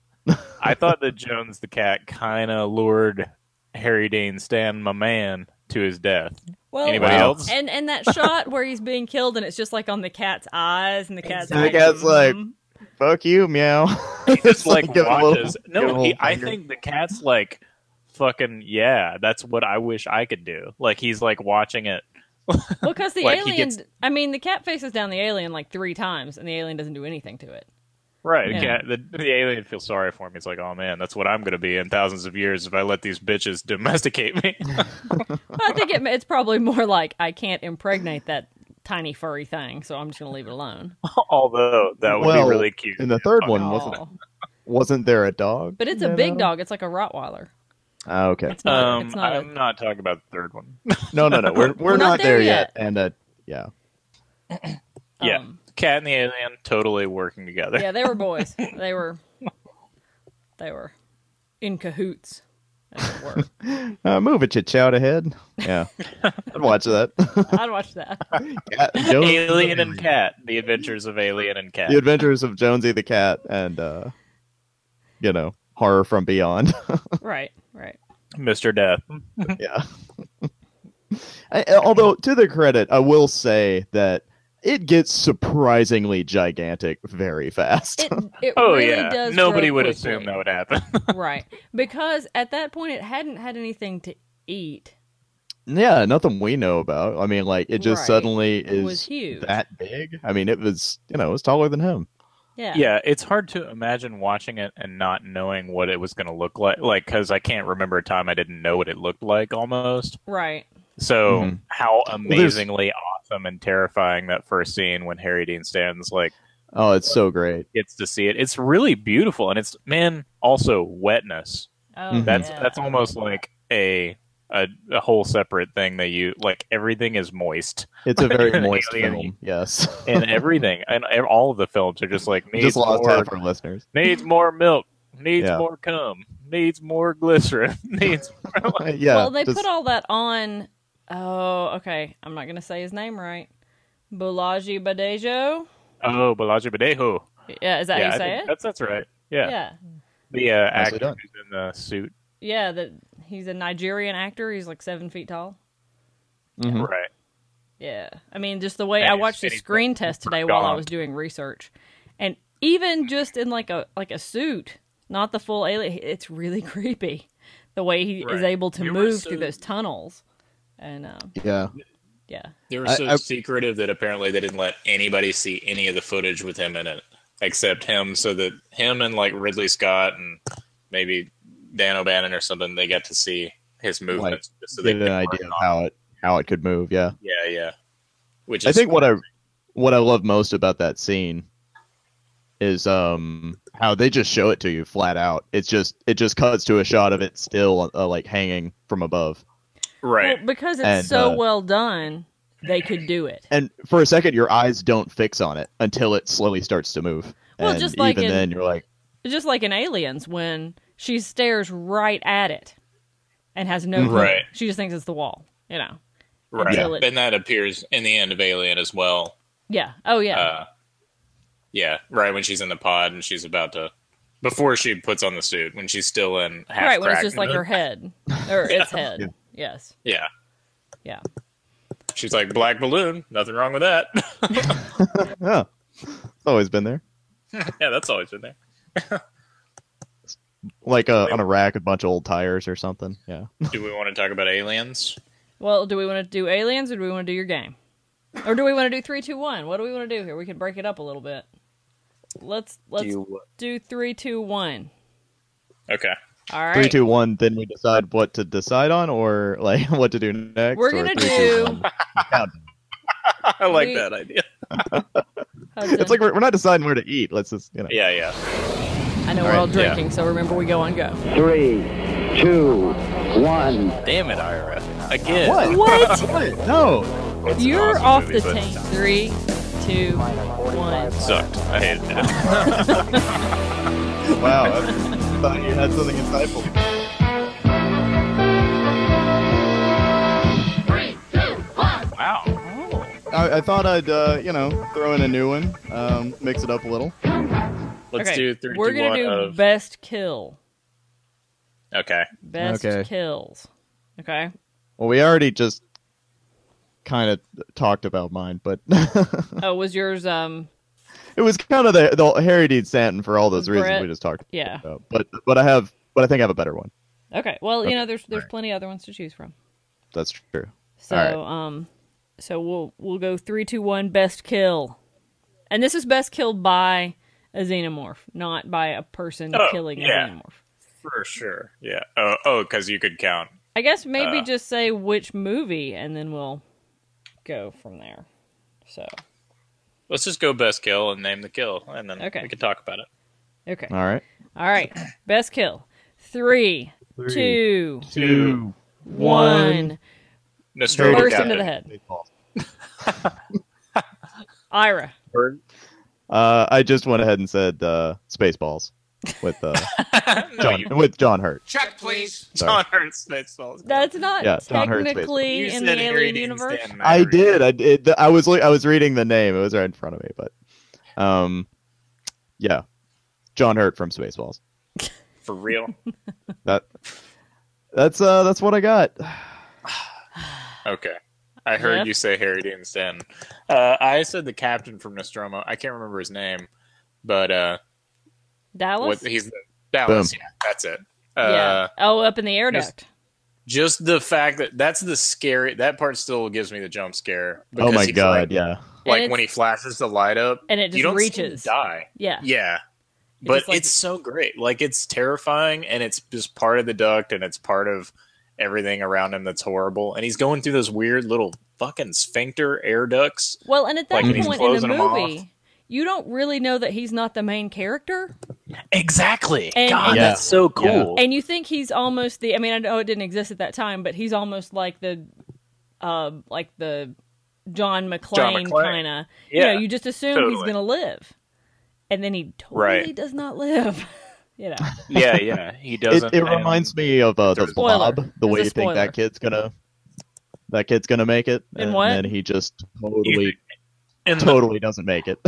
S4: I thought that Jones the cat kind of lured Harry Dean Stan, my man, to his death.
S3: Well,
S4: Anybody
S5: Wow.
S4: else?
S3: And and that shot where he's being killed and it's just like on the cat's eyes and the cat's
S5: And the cat's like-
S3: "Mm."
S5: Fuck you, meow.
S4: It's like
S5: give him a little-
S4: watches.
S5: give him a
S4: no, he,
S5: little
S4: I
S5: finger.
S4: think the cat's like, fucking yeah. That's what I wish I could do. Like he's like watching it.
S3: well, because the
S4: Like, he
S3: alien.
S4: gets-
S3: I mean, the cat faces down the alien like three times and the alien doesn't do anything to it.
S4: Right.
S3: Yeah.
S4: Yeah. The, the alien feels sorry for me. It's like, oh man, that's what I'm going to be in thousands of years if I let these bitches domesticate me.
S3: Well, I think it, it's probably more like I can't impregnate that tiny furry thing, so I'm just gonna leave it alone.
S4: Although that would
S5: Well,
S4: be really cute.
S5: In the third one, wasn't
S3: Aw.
S5: wasn't there a dog?
S3: But it's a
S5: you
S3: big
S5: know?
S3: dog. It's like a Rottweiler.
S5: Ah, okay.
S3: It's not,
S4: Um,
S3: it's not
S4: I'm
S3: a,
S4: not talking about the third one.
S5: No, no, no. We're we're, not, there yet. And uh, yeah,
S4: yeah.
S3: um,
S4: Cat and the alien totally working together.
S3: yeah, they were boys. They were. They were in cahoots, as it were.
S5: uh, move it, you chout ahead. Yeah, I'd watch that.
S3: I'd watch that.
S5: Cat- Jones-
S4: Alien and Cat, the adventures of Alien and Cat.
S5: The Adventures of Jonesy the Cat, and uh, you know, horror from beyond.
S3: Right. Right.
S4: Mr. Death.
S5: yeah. I, although to their credit, I will say that it gets surprisingly gigantic very fast.
S3: It, it
S4: Oh,
S3: really
S4: yeah.
S3: does.
S4: Nobody
S3: grow
S4: would
S3: quickly.
S4: assume that would happen.
S3: right? Because at that point, it hadn't had anything to eat.
S5: Yeah, nothing we know about. I mean, like it just
S3: Right.
S5: suddenly is
S3: was huge.
S5: that big. I mean, it was you know it was taller than him.
S3: Yeah.
S4: yeah, it's hard to imagine watching it and not knowing what it was going to look like. Like, because I can't remember a time I didn't know what it looked like almost.
S3: Right.
S4: So
S5: Mhm.
S4: how
S5: there's-
S4: amazingly awesome and terrifying that first scene when Harry Dean Stanton's like
S5: Oh, it's so great.
S4: gets to see it. It's really beautiful and it's man also wetness.
S3: Oh,
S5: Mhm.
S4: That's
S3: yeah.
S4: that's almost like a
S7: a, a whole separate thing that you like. Everything is moist,
S5: It's a very
S7: An
S5: moist
S7: alien.
S5: film. Yes.
S7: and everything, and ev- all of the films are just like
S5: We
S7: needs
S5: just lost
S7: more,
S5: half our listeners.
S7: needs more milk, needs
S5: Yeah.
S7: more cum, needs more glycerin, needs more, like,
S5: yeah.
S3: well, they
S5: just-
S3: put all that on. Oh, okay. I'm not gonna say his name right. Bulaji Badejo.
S7: oh, Balaji Badejo.
S3: Yeah, is that
S7: yeah,
S3: how
S7: I
S3: you say
S7: think
S3: it?
S7: that's that's right. Yeah,
S3: yeah,
S7: the uh,
S5: Nicely
S7: actor
S5: done.
S7: who's in the suit,
S3: yeah. That he's a Nigerian actor. He's like seven feet tall.
S5: Mhm.
S7: right?
S3: Yeah. I mean, just the way
S7: And
S3: I
S7: he's-
S3: watched the
S7: and he's
S3: screen test today while I
S7: gaunt.
S3: was doing research. And even just in like a like a suit, not the full alien, it's really creepy the way he is
S4: Right.
S3: able to
S4: They were
S3: move
S4: so-
S3: through those tunnels. And um,
S5: Yeah.
S3: yeah.
S4: They were
S5: I-
S4: so
S5: I-
S4: secretive that apparently they didn't let anybody see any of the footage with him in it, except him. So that him and like Ridley Scott and maybe Dan O'Bannon or something, they got to see his movements. just so they
S5: get an
S4: could work
S5: idea of
S4: on-
S5: how it how it could move. Yeah,
S4: Yeah, yeah. Which
S5: I
S4: is
S5: think what I what I love most about that scene is um how they just show it to you flat out. It's just it just cuts to a shot of it still uh, like hanging from above,
S4: right.
S3: Well, because it's
S5: And,
S3: so
S5: uh,
S3: well done, they could do it.
S5: and for a second your eyes don't fix on it until it slowly starts to move.
S3: Well,
S5: and
S3: just like
S5: even
S3: in-
S5: then you're like,
S3: Just like in Aliens when she stares right at it and has no
S5: Mhm.
S3: clue.
S4: Right.
S3: She just thinks it's the wall, you know.
S4: Right.
S3: Until it-
S4: And that appears in the end of Alien as well.
S3: yeah. Oh yeah.
S4: Uh, yeah, right when she's in the pod and she's about to before she puts on the suit when she's still in half
S3: right, when it's
S4: crack
S3: just like
S4: mode.
S3: her head or its head.
S5: Yeah.
S3: Yes.
S4: Yeah.
S3: Yeah.
S4: She's like black balloon, nothing wrong with that.
S5: oh, it's always been there.
S4: yeah, that's always been there.
S5: Like uh, on a rack, a bunch of old tires or something. Yeah.
S4: Do we want to talk about aliens?
S3: Well, do we want to do aliens or do we want to do your game? Or do we want to do three, two, one? What do we want to do here? We could break it up a little bit. Let's let's do, three, two, one.
S4: Okay.
S3: All right.
S5: Three, two, one. Then we decide what to decide on, or like what to do next.
S3: We're
S5: or
S3: gonna
S5: three,
S3: do-
S5: two, one. Countdown.
S4: I like
S3: We-
S4: that idea.
S3: Hudson.
S5: It's like we're, we're not deciding where to eat. Let's just you know.
S4: Yeah, yeah.
S3: I know we're
S5: All
S3: all
S5: right,
S4: yeah.
S3: drinking, so remember we go on go.
S8: three, two, one.
S4: Damn it, Ira. Again.
S3: What?
S5: What? No.
S4: It's an
S3: You're
S4: awesome
S3: off
S4: movie,
S3: the
S4: but
S3: team. Three, two, one.
S4: Sucked. I hated it.
S5: Wow. I thought you had something insightful.
S4: wow.
S5: I, I thought I'd uh, you know throw in a new one, um, mix it up a little.
S4: Let's
S3: okay.
S4: do 3
S3: We're
S4: two,
S3: gonna
S4: one
S3: do
S4: of
S3: best kill.
S4: Okay.
S3: Best
S5: Okay.
S3: kills. Okay.
S5: Well, we already just kind of talked about mine, but
S3: Oh, was yours um
S5: it was kind of the, the Harry Dean Stanton for all those reasons
S3: Brett,
S5: we just talked
S3: yeah.
S5: about. But but I have but I think I have a better one.
S3: okay. Well, you
S5: Okay.
S3: know, there's there's plenty other ones to choose from.
S5: That's true.
S3: So
S5: All right.
S3: um so we'll we'll go three, two, one, best kill. And this is best killed by a xenomorph, not by a person
S4: Oh,
S3: killing
S4: yeah.
S3: a xenomorph.
S4: For sure. Yeah. Oh, oh, because you could count.
S3: I guess maybe
S4: Uh.
S3: just say which movie and then we'll go from there. So
S4: Let's just go best kill and name the kill, and then
S3: Okay.
S4: we can talk about it.
S3: okay.
S5: All right.
S3: All right. Best kill. Three, two, one.
S5: Two.
S4: Nostromo
S3: Burst
S4: got
S3: into
S4: it.
S3: the head. Ira.
S5: Uh, I just went ahead and said uh, Spaceballs with uh, John, with John Hurt.
S9: Check, please.
S4: John Hurt's Spaceballs.
S3: That's not
S5: Yeah, John Hurt's basically-
S3: technically
S4: You
S3: in the
S4: said Harry
S3: alien
S4: Dean
S3: universe.
S4: Stanton.
S5: I
S4: read it.
S5: did. I did. I was look- I was reading the name. It was right in front of me, but um, yeah, John Hurt from Spaceballs.
S4: for real.
S5: That that's uh that's what I got.
S4: Okay. I heard
S3: Jeff?
S4: you say Harry Dean Stanton. Uh, I said the captain from Nostromo. I can't remember his name, but uh,
S3: Dallas?
S4: what he's the, Dallas.
S5: Boom.
S4: Yeah, that's it.
S3: yeah.
S4: Uh,
S3: Oh, up in the air
S4: just-
S3: duct.
S4: Just the fact that that's the scary. That part still gives me the jump scare.
S5: Oh
S4: because
S5: my
S4: he's Like,
S5: god! yeah,
S4: like
S3: And
S4: when he flashes the light up,
S3: And it
S4: you
S3: just
S4: don't see him
S3: reaches.
S4: die.
S3: Yeah.
S4: Yeah.
S3: It
S4: but
S3: just, like-
S4: it's so great. Like it's terrifying and it's just part of the duct and it's part of everything around him that's horrible. And he's going through those weird little fucking sphincter air ducts.
S3: Well, and at that
S4: Like, and he's
S3: point in the
S4: closing 'em off.
S3: movie, you don't really know that he's not the main character.
S4: Exactly.
S3: And-
S4: God,
S3: and-
S5: Yeah.
S4: that's so cool.
S3: And you think he's almost the I mean, I know it didn't exist at that time, but he's almost like the uh like the John McClane,
S4: McClane.
S3: kinda. You
S4: Yeah,
S3: know, you just assume he's
S4: totally.
S3: gonna live. And then he totally
S4: Right.
S3: does not live. you know.
S4: Yeah, yeah. He
S5: It,
S4: doesn't.
S5: it reminds me of uh, the
S3: Spoiler.
S5: blob. The way
S3: It's a
S5: you think
S3: spoiler.
S5: that kid's gonna that kid's gonna make it,
S3: In
S5: and
S3: what?
S5: then he just
S4: You
S5: totally
S4: think- and the
S5: totally doesn't make it.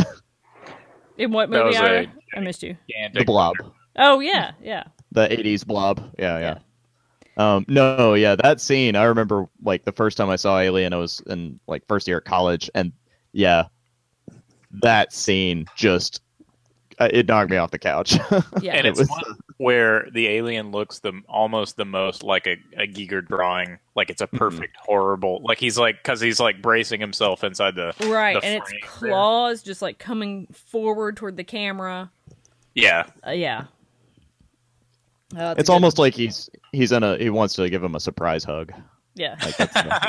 S3: In what
S4: That
S3: movie
S4: was
S3: I,
S4: a-
S3: I missed you.
S4: gigantic-
S5: the blob.
S3: Oh yeah, yeah.
S5: the 80s blob yeah yeah, um no yeah that scene i remember like the first time i saw alien i was in like first year at college and yeah that scene just uh, it knocked me off the couch
S3: Yeah.
S4: And
S5: It
S4: it's
S5: was-
S4: one where the alien looks the almost the most like a, a Giger drawing. Like it's a
S5: Mm-hmm.
S4: perfect horrible. Like he's like because he's like bracing himself inside the
S3: right.
S4: the
S3: And its
S4: frame there.
S3: claws just like coming forward toward the camera.
S4: Yeah,
S3: Uh, yeah. Oh, that's a
S5: it's
S3: good-
S5: almost like he's he's in a he wants to give him a surprise hug
S3: yeah.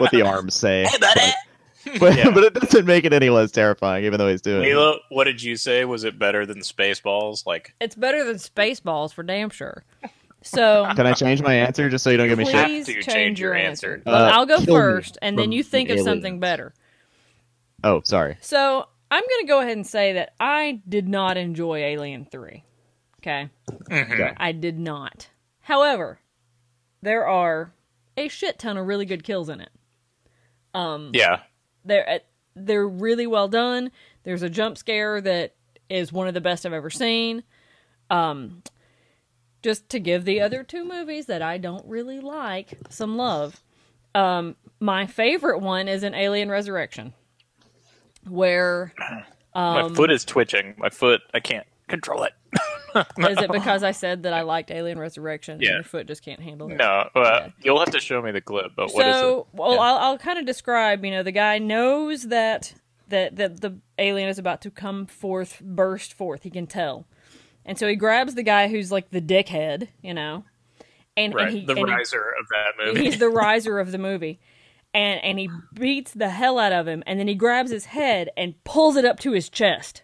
S5: what the arms say but, but,
S4: Yeah.
S5: but it doesn't make it any less terrifying even though he's doing it.
S4: Milo, what did you say? Was it better than Spaceballs? Like
S3: It's better than Spaceballs for damn sure. So
S5: can i change my answer just so you don't give me shit
S3: please
S4: to
S3: change,
S4: change
S3: your
S4: your
S3: answer.
S4: answer.
S5: Uh,
S3: I'll go
S5: kill me
S3: first, and then
S5: from
S3: you think of
S5: aliens.
S3: something better.
S5: oh sorry
S3: So I'm going to go ahead and say that I did not enjoy Alien Three. Okay,
S4: Mm-hmm.
S5: Okay.
S3: I did not. However, there are a shit ton of really good kills in it. Mm.
S4: yeah,
S3: they're uh, they're really well done. There's a jump scare that is one of the best I've ever seen. Um, just to give the other two movies that I don't really like some love. Um, my favorite one is an Alien Resurrection, where Um,
S4: my foot is twitching. My foot, I can't control it.
S3: is it because I said that I liked Alien Resurrection? and
S4: Yeah.
S3: your foot just can't handle it.
S4: No, uh, you'll have to show me the clip. But what is
S3: so,
S4: it?
S3: well,
S4: Yeah.
S3: I'll, I'll kind of describe. You know, the guy knows that that that the alien is about to come forth, burst forth. He can tell, and so he grabs the guy who's like the dickhead, you know, and,
S4: Right,
S3: and he
S4: the
S3: and he-
S4: riser of that movie.
S3: he's the riser of the movie, and and he beats the hell out of him, and then he grabs his head and pulls it up to his chest,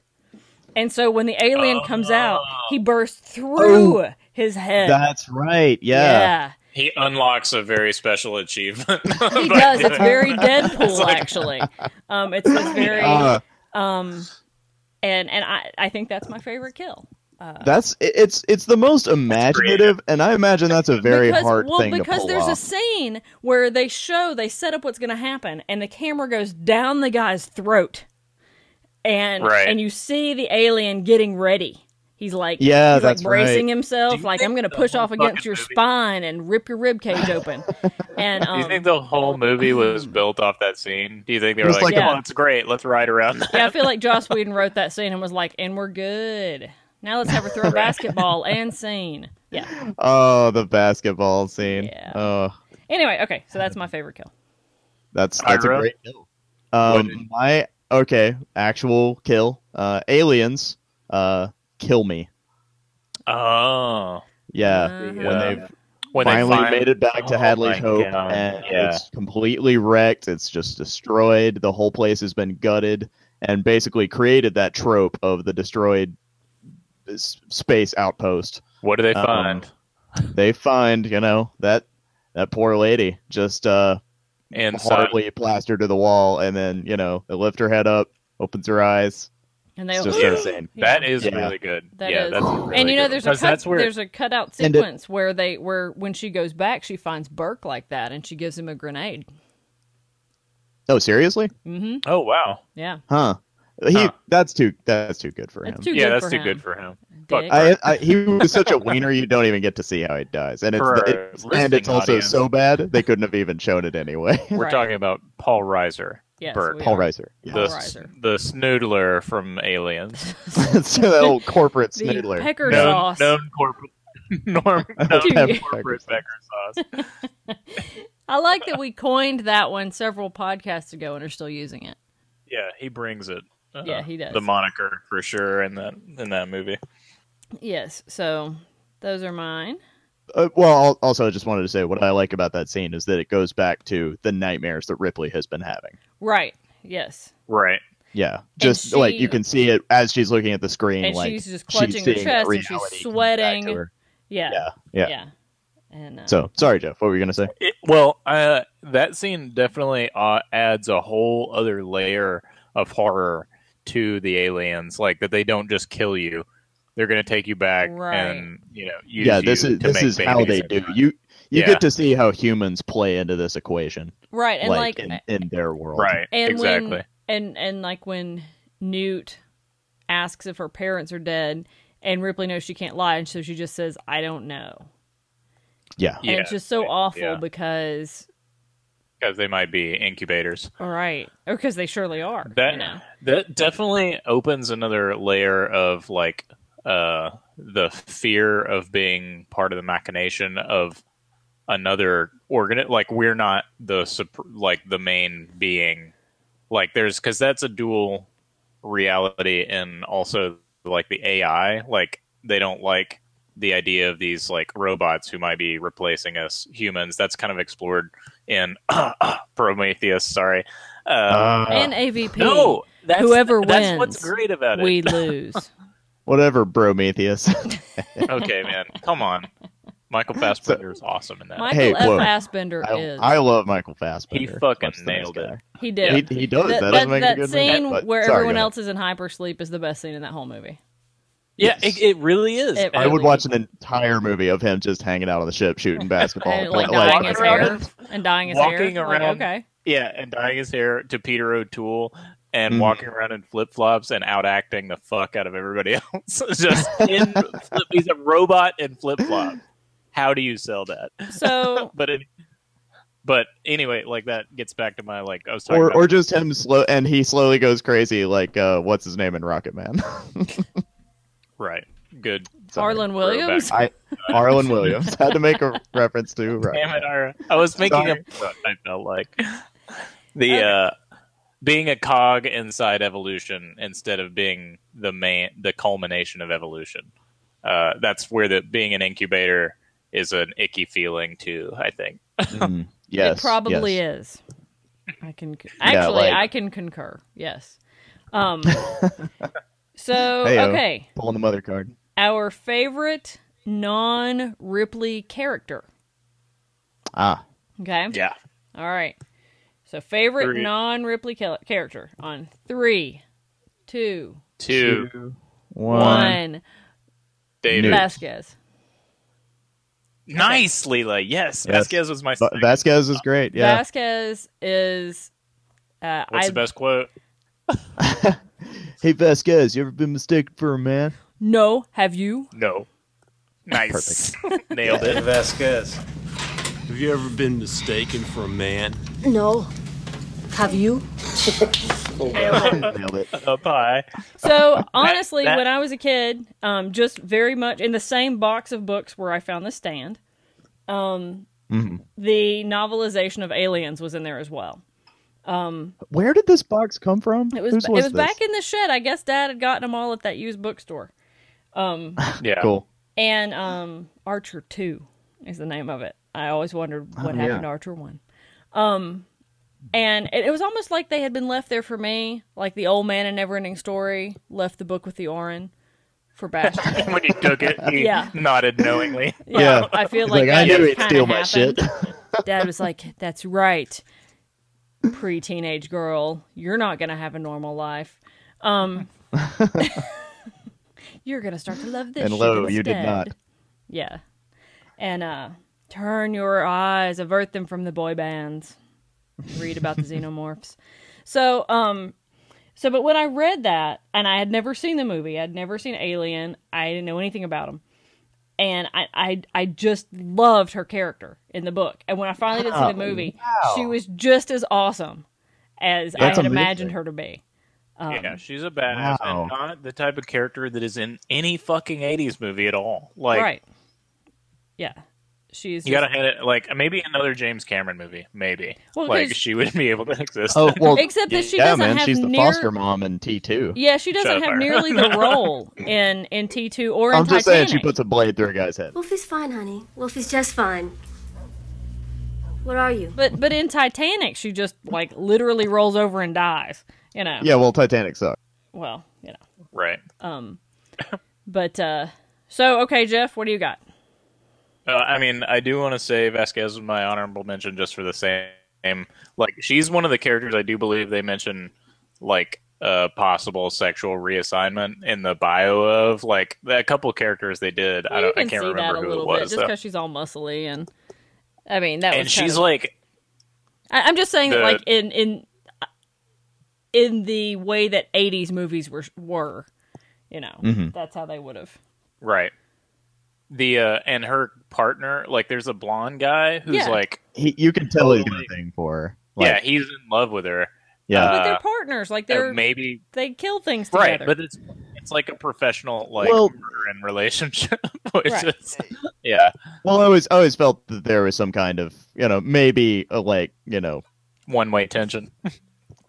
S3: and so when the alien comes out, he
S4: Oh.
S3: bursts through his head.
S5: that's right yeah,
S3: yeah.
S4: He unlocks a very special achievement.
S3: He does. It's very Deadpool, actually. Um, it's, it's very
S5: Uh,
S3: and and I I think that's my favorite kill.
S5: That's it- it's it's the most imaginative, and I imagine that's a very
S3: because,
S5: hard
S3: well,
S5: thing to
S3: because
S5: pull
S3: there's a
S5: off.
S3: scene where they show they set up what's going to happen, and the camera goes down the guy's throat, and
S4: Right.
S3: and you see the alien getting ready. He's like,
S5: Yeah,
S3: he's
S5: that's
S3: like bracing
S5: right.
S3: himself,
S4: you
S3: like I'm
S4: think
S3: going to
S4: the
S3: push
S4: whole
S3: off against
S4: fucking
S3: your
S4: movie-
S3: spine and rip your rib cage open. and
S4: Do
S3: um,
S4: you think the whole movie was built off that scene? Do you think they were
S5: Just
S4: like,
S5: like
S3: a-
S4: "Oh, it's great. Let's ride around." that."
S3: yeah, I feel like Joss Whedon wrote that scene and was like, "And we're good. Now let's have her throw a basketball and scene." Yeah.
S5: Oh, the basketball scene.
S3: Yeah.
S5: Oh,
S3: Anyway, okay, so that's my favorite kill.
S5: that's that's
S4: Ira?
S5: a great kill. Um, my okay, actual kill. Uh, aliens. Uh, kill me.
S4: Oh,
S5: Yeah, when
S3: Uh-huh.
S5: they've
S4: when
S5: finally made it back to
S4: Oh
S5: Hadley's
S4: my
S5: Hope,
S4: God,
S5: and
S4: yeah.
S5: it's completely wrecked. It's just destroyed. The whole place has been gutted, and basically created that trope of the destroyed s- space outpost.
S4: What do they
S5: Um,
S4: find
S5: they find you know that that poor lady just uh
S4: inside?
S5: horribly plastered to the wall and then you know they lift her head up opens her eyes
S3: And they
S5: it's just
S3: Yeah.
S5: her saying
S4: That is
S5: Yeah.
S4: really good.
S3: That
S4: yeah,
S3: is-
S4: that's a really
S3: and you know
S4: good
S3: there's a
S4: one. 'Cause
S3: cut,
S4: that's where
S3: there's a cutout
S5: And it-
S3: sequence where they where when she goes back she finds Burke like that and she gives him a grenade. Mm-hmm.
S5: oh seriously
S4: oh wow,
S3: Yeah,
S5: huh he
S4: Huh.
S5: that's too that's too good for him
S3: that's too
S4: yeah,
S3: good
S4: that's
S3: for
S4: too
S3: him.
S4: good for him.
S3: Dick.
S4: Fuck,
S5: I, I, he was such a wiener you don't even get to see how he dies and it's,
S4: For our
S5: it's and
S4: listening
S5: it's also
S4: audience.
S5: so bad they couldn't have even shown it anyway
S4: we're
S3: Right.
S4: talking about Paul Riser,
S3: Yes,
S4: Burke,
S3: we
S5: paul
S3: are.
S5: reiser yeah.
S4: the
S3: Paul Reiser.
S4: the snoodler from Aliens,
S5: so that old corporate
S3: The
S5: snoodler
S3: pecker
S4: known,
S3: sauce.
S4: known corporate, norm, known
S5: Dude.
S4: corporate Becker sauce.
S3: I like that we coined that one several podcasts ago and are still using it.
S4: Yeah, he brings it. Uh,
S3: Yeah, he does.
S4: The moniker for sure in that in that movie.
S3: Yes, so those are mine.
S5: Uh, well, al- also, I just wanted to say what I like about that scene is that it goes back to the nightmares that Ripley has been having.
S3: Right. Yes.
S4: Right.
S5: Yeah, just
S3: she-
S5: like you can see it as she's looking at the screen,
S3: And
S5: like
S3: she's just clutching her
S5: seeing that
S3: chest and she's
S5: reality coming back
S3: sweating.
S5: to her.
S3: Yeah.
S5: Yeah,
S3: Yeah.
S5: yeah.
S3: And uh,
S5: So sorry, Jeff. What were you gonna say?
S4: It, well, uh, that scene definitely uh, adds a whole other layer of horror to the aliens, like that they don't just kill you; they're going to take you back
S3: Right.
S4: and you know use
S5: yeah, this
S4: you
S5: is
S4: to
S5: this
S4: make
S5: is how
S4: babies
S5: they
S4: and
S5: do.
S4: whatnot.
S5: You you
S4: Yeah.
S5: get to see how humans play into this equation,
S3: right, and like,
S5: in, in their world,
S4: right?
S3: and
S4: exactly.
S3: when and and like when Newt asks if her parents are dead, and Ripley knows she can't lie, and so she just says, "I don't know,"
S5: Yeah,
S3: and it's just so awful
S4: yeah.
S3: because
S4: because they might be incubators.
S3: all right, or because they surely are.
S4: That
S3: you know?
S4: that definitely opens another layer of like uh the fear of being part of the machination of another organ like we're not the sup- like the main being like there's cuz that's a dual reality and also like the AI like they don't like the idea of these like robots who might be replacing us humans that's kind of explored in Prometheus sorry uh,
S5: Ah.
S3: and AVP.
S4: no, that's,
S3: Whoever
S4: that's
S3: wins,
S4: what's great about it.
S3: we lose.
S5: whatever, Prometheus.
S4: okay, man, come on. Michael Fassbender is awesome in that.
S3: Michael
S5: Hey,
S3: F.
S5: whoa.
S3: Fassbender
S5: I,
S3: is.
S5: I love Michael Fassbender.
S4: he fucking
S5: Much the
S4: nailed
S5: best
S4: it.
S5: guy.
S3: he did.
S5: He, he does.
S3: that
S5: that
S3: that,
S5: doesn't make a
S3: that
S5: good movie,
S3: scene
S5: but-
S3: where
S5: sorry,
S3: everyone
S5: go ahead.
S3: else is in hypersleep is the best scene in that whole movie.
S4: Yeah, it, it really is.
S3: It
S5: I
S4: And-
S5: would watch an entire movie of him just hanging out on the ship shooting basketball.
S3: And, like,
S5: Like,
S3: dyeing his hair
S4: around-
S3: and dyeing his
S4: walking
S3: hair.
S4: around-
S3: Like, okay.
S4: yeah, and dyeing his hair to Peter O'Toole and
S5: Mhm.
S4: walking around in flip flops and out acting the fuck out of everybody else. Just in flip, he's a robot in flip flop. How do you sell that?
S3: So
S4: But it, but anyway, like that gets back to my like I was talking
S5: or
S4: about
S5: or just him slow and he slowly goes crazy like uh what's his name in Rocket Man?
S4: right. Good.
S5: Sorry.
S3: Harlan Williams.
S5: I Arlen Williams had to make a reference to Rocket
S4: Damn
S5: Man.
S4: it, Ira. I was making
S5: Sorry.
S4: a point, I felt like. The uh being a cog inside evolution instead of being the main the culmination of evolution. Uh that's where the being an incubator is an icky feeling too, I think.
S5: Mm, yes,
S3: it probably
S5: yes.
S3: is. I can actually
S5: like-
S3: I can concur. Yes. Um So
S5: Heyo.
S3: okay,
S5: Pulling the mother card.
S3: our favorite non Ripley character.
S5: Ah,
S3: Okay?
S4: Yeah.
S3: All right. So favorite
S4: Three.
S3: non Ripley character on three, two,
S4: Two,
S5: one.
S3: one.
S4: David.
S5: Newt.
S3: Vasquez.
S4: Nice, Leela. Yes.
S5: Yes.
S4: Vasquez was my
S5: Va- Vasquez is great. Yeah,
S3: Vasquez is. Uh,
S4: What's
S3: I
S4: the best quote?
S5: Hey Vasquez, you ever been mistaken for a man?
S3: no. Have you?
S4: No. Nice. Nailed it.
S10: Vasquez.
S1: Have you ever been mistaken for a man?
S11: No. Have you?
S5: Nailed it.
S4: Up high.
S3: So honestly,
S4: that-
S3: when I was a kid, um, just very much in the same box of books where I found the stand, um, the novelization of Aliens was in there as well.
S5: Where did this box come from?
S3: It was
S5: Whose
S3: it was
S5: this?
S3: back in the shed. I guess Dad had gotten them all at that used bookstore.
S4: Yeah.
S5: Cool.
S3: And um, Archer Two is the name of it. I always wondered what happened to Archer One. Um, and it, it was almost like they had been left there for me, like the old man in Neverending Story left the book with the Orin for Bastion.
S4: when he took it, he
S3: Yeah.
S4: nodded knowingly.
S3: Yeah,
S5: Yeah.
S3: I feel like,
S5: Like,
S3: that
S5: I knew
S3: just
S5: he'd
S3: kinda
S5: steal my
S3: happened.
S5: shit.
S3: Dad was like, "That's right, pre-teenage girl, you're not gonna have a normal life. Um, you're gonna start to love this."
S5: And
S3: shit
S5: lo, you did
S3: instead."
S5: not.
S3: Yeah, and uh, turn your eyes, avert them from the boy bands. Read about the xenomorphs. So, um, so but when I read that, and I had never seen the movie, I'd never seen Alien, I didn't know anything about them and I, I I just loved her character in the book. And when I finally did see the movie, she was just as awesome as I
S5: That's
S3: had
S5: amazing.
S3: imagined her to be. Um,
S4: yeah, she's a badass and
S5: Wow.
S4: not the type of character that is in any fucking 80s movie at all. Like,
S3: right? Yeah, she's
S4: you gotta hand it, like, maybe another James Cameron movie, maybe.
S3: Well,
S4: like,
S3: 'cause-
S4: she would be able to exist.
S5: Oh well,
S3: Except that she
S5: yeah,
S3: doesn't
S5: man,
S3: have
S5: she's the
S3: near-
S5: foster mom in T two.
S3: yeah. She
S4: Shut
S3: doesn't
S4: up,
S3: have
S4: Ira.
S3: nearly the role in in T two or in
S5: I'm just
S3: Titanic.
S5: saying, she puts a blade through a guy's head.
S11: Wolfie's fine, honey. Wolfie's just fine. What are you?
S3: but but in Titanic, she just like literally rolls over and dies. you know.
S5: Yeah, well, Titanic sucked.
S3: Well, you know.
S4: Right. Uh,
S3: But uh so okay, Jeff, what do you got?
S4: Uh, I mean, I do want to say Vasquez was my honorable mention just for the same. Like, she's one of the characters I do believe they mention, like, uh, possible sexual reassignment in the bio of. Like, a couple characters they did. I,
S3: Well, you
S4: don't,
S3: can
S4: I can't
S3: see
S4: remember
S3: that a
S4: who
S3: little
S4: it
S3: bit
S4: was.
S3: just
S4: though.
S3: because she's all muscly and I mean that
S4: And
S3: was kind
S4: she's
S3: of-
S4: like,
S3: I, I'm just saying that
S4: the-
S3: like in in in the way that '80s movies were were, you know,
S5: Mm-hmm.
S3: that's how they would have.
S4: right. The, uh, and her partner, like, there's a blonde guy who's
S3: Yeah.
S4: like,
S5: He, you can tell he's got a thing for her. Like,
S4: yeah, he's in love with her.
S5: yeah.
S3: but they're
S4: Uh,
S3: partners, like they're
S4: maybe
S3: they kill things
S4: right,
S3: together.
S4: but it's it's like a professional like
S5: Well-
S4: murder and relationship, which
S3: Right.
S4: is yeah,
S5: Well, I always I always felt that there was some kind of you know maybe a, like you know
S4: one way tension.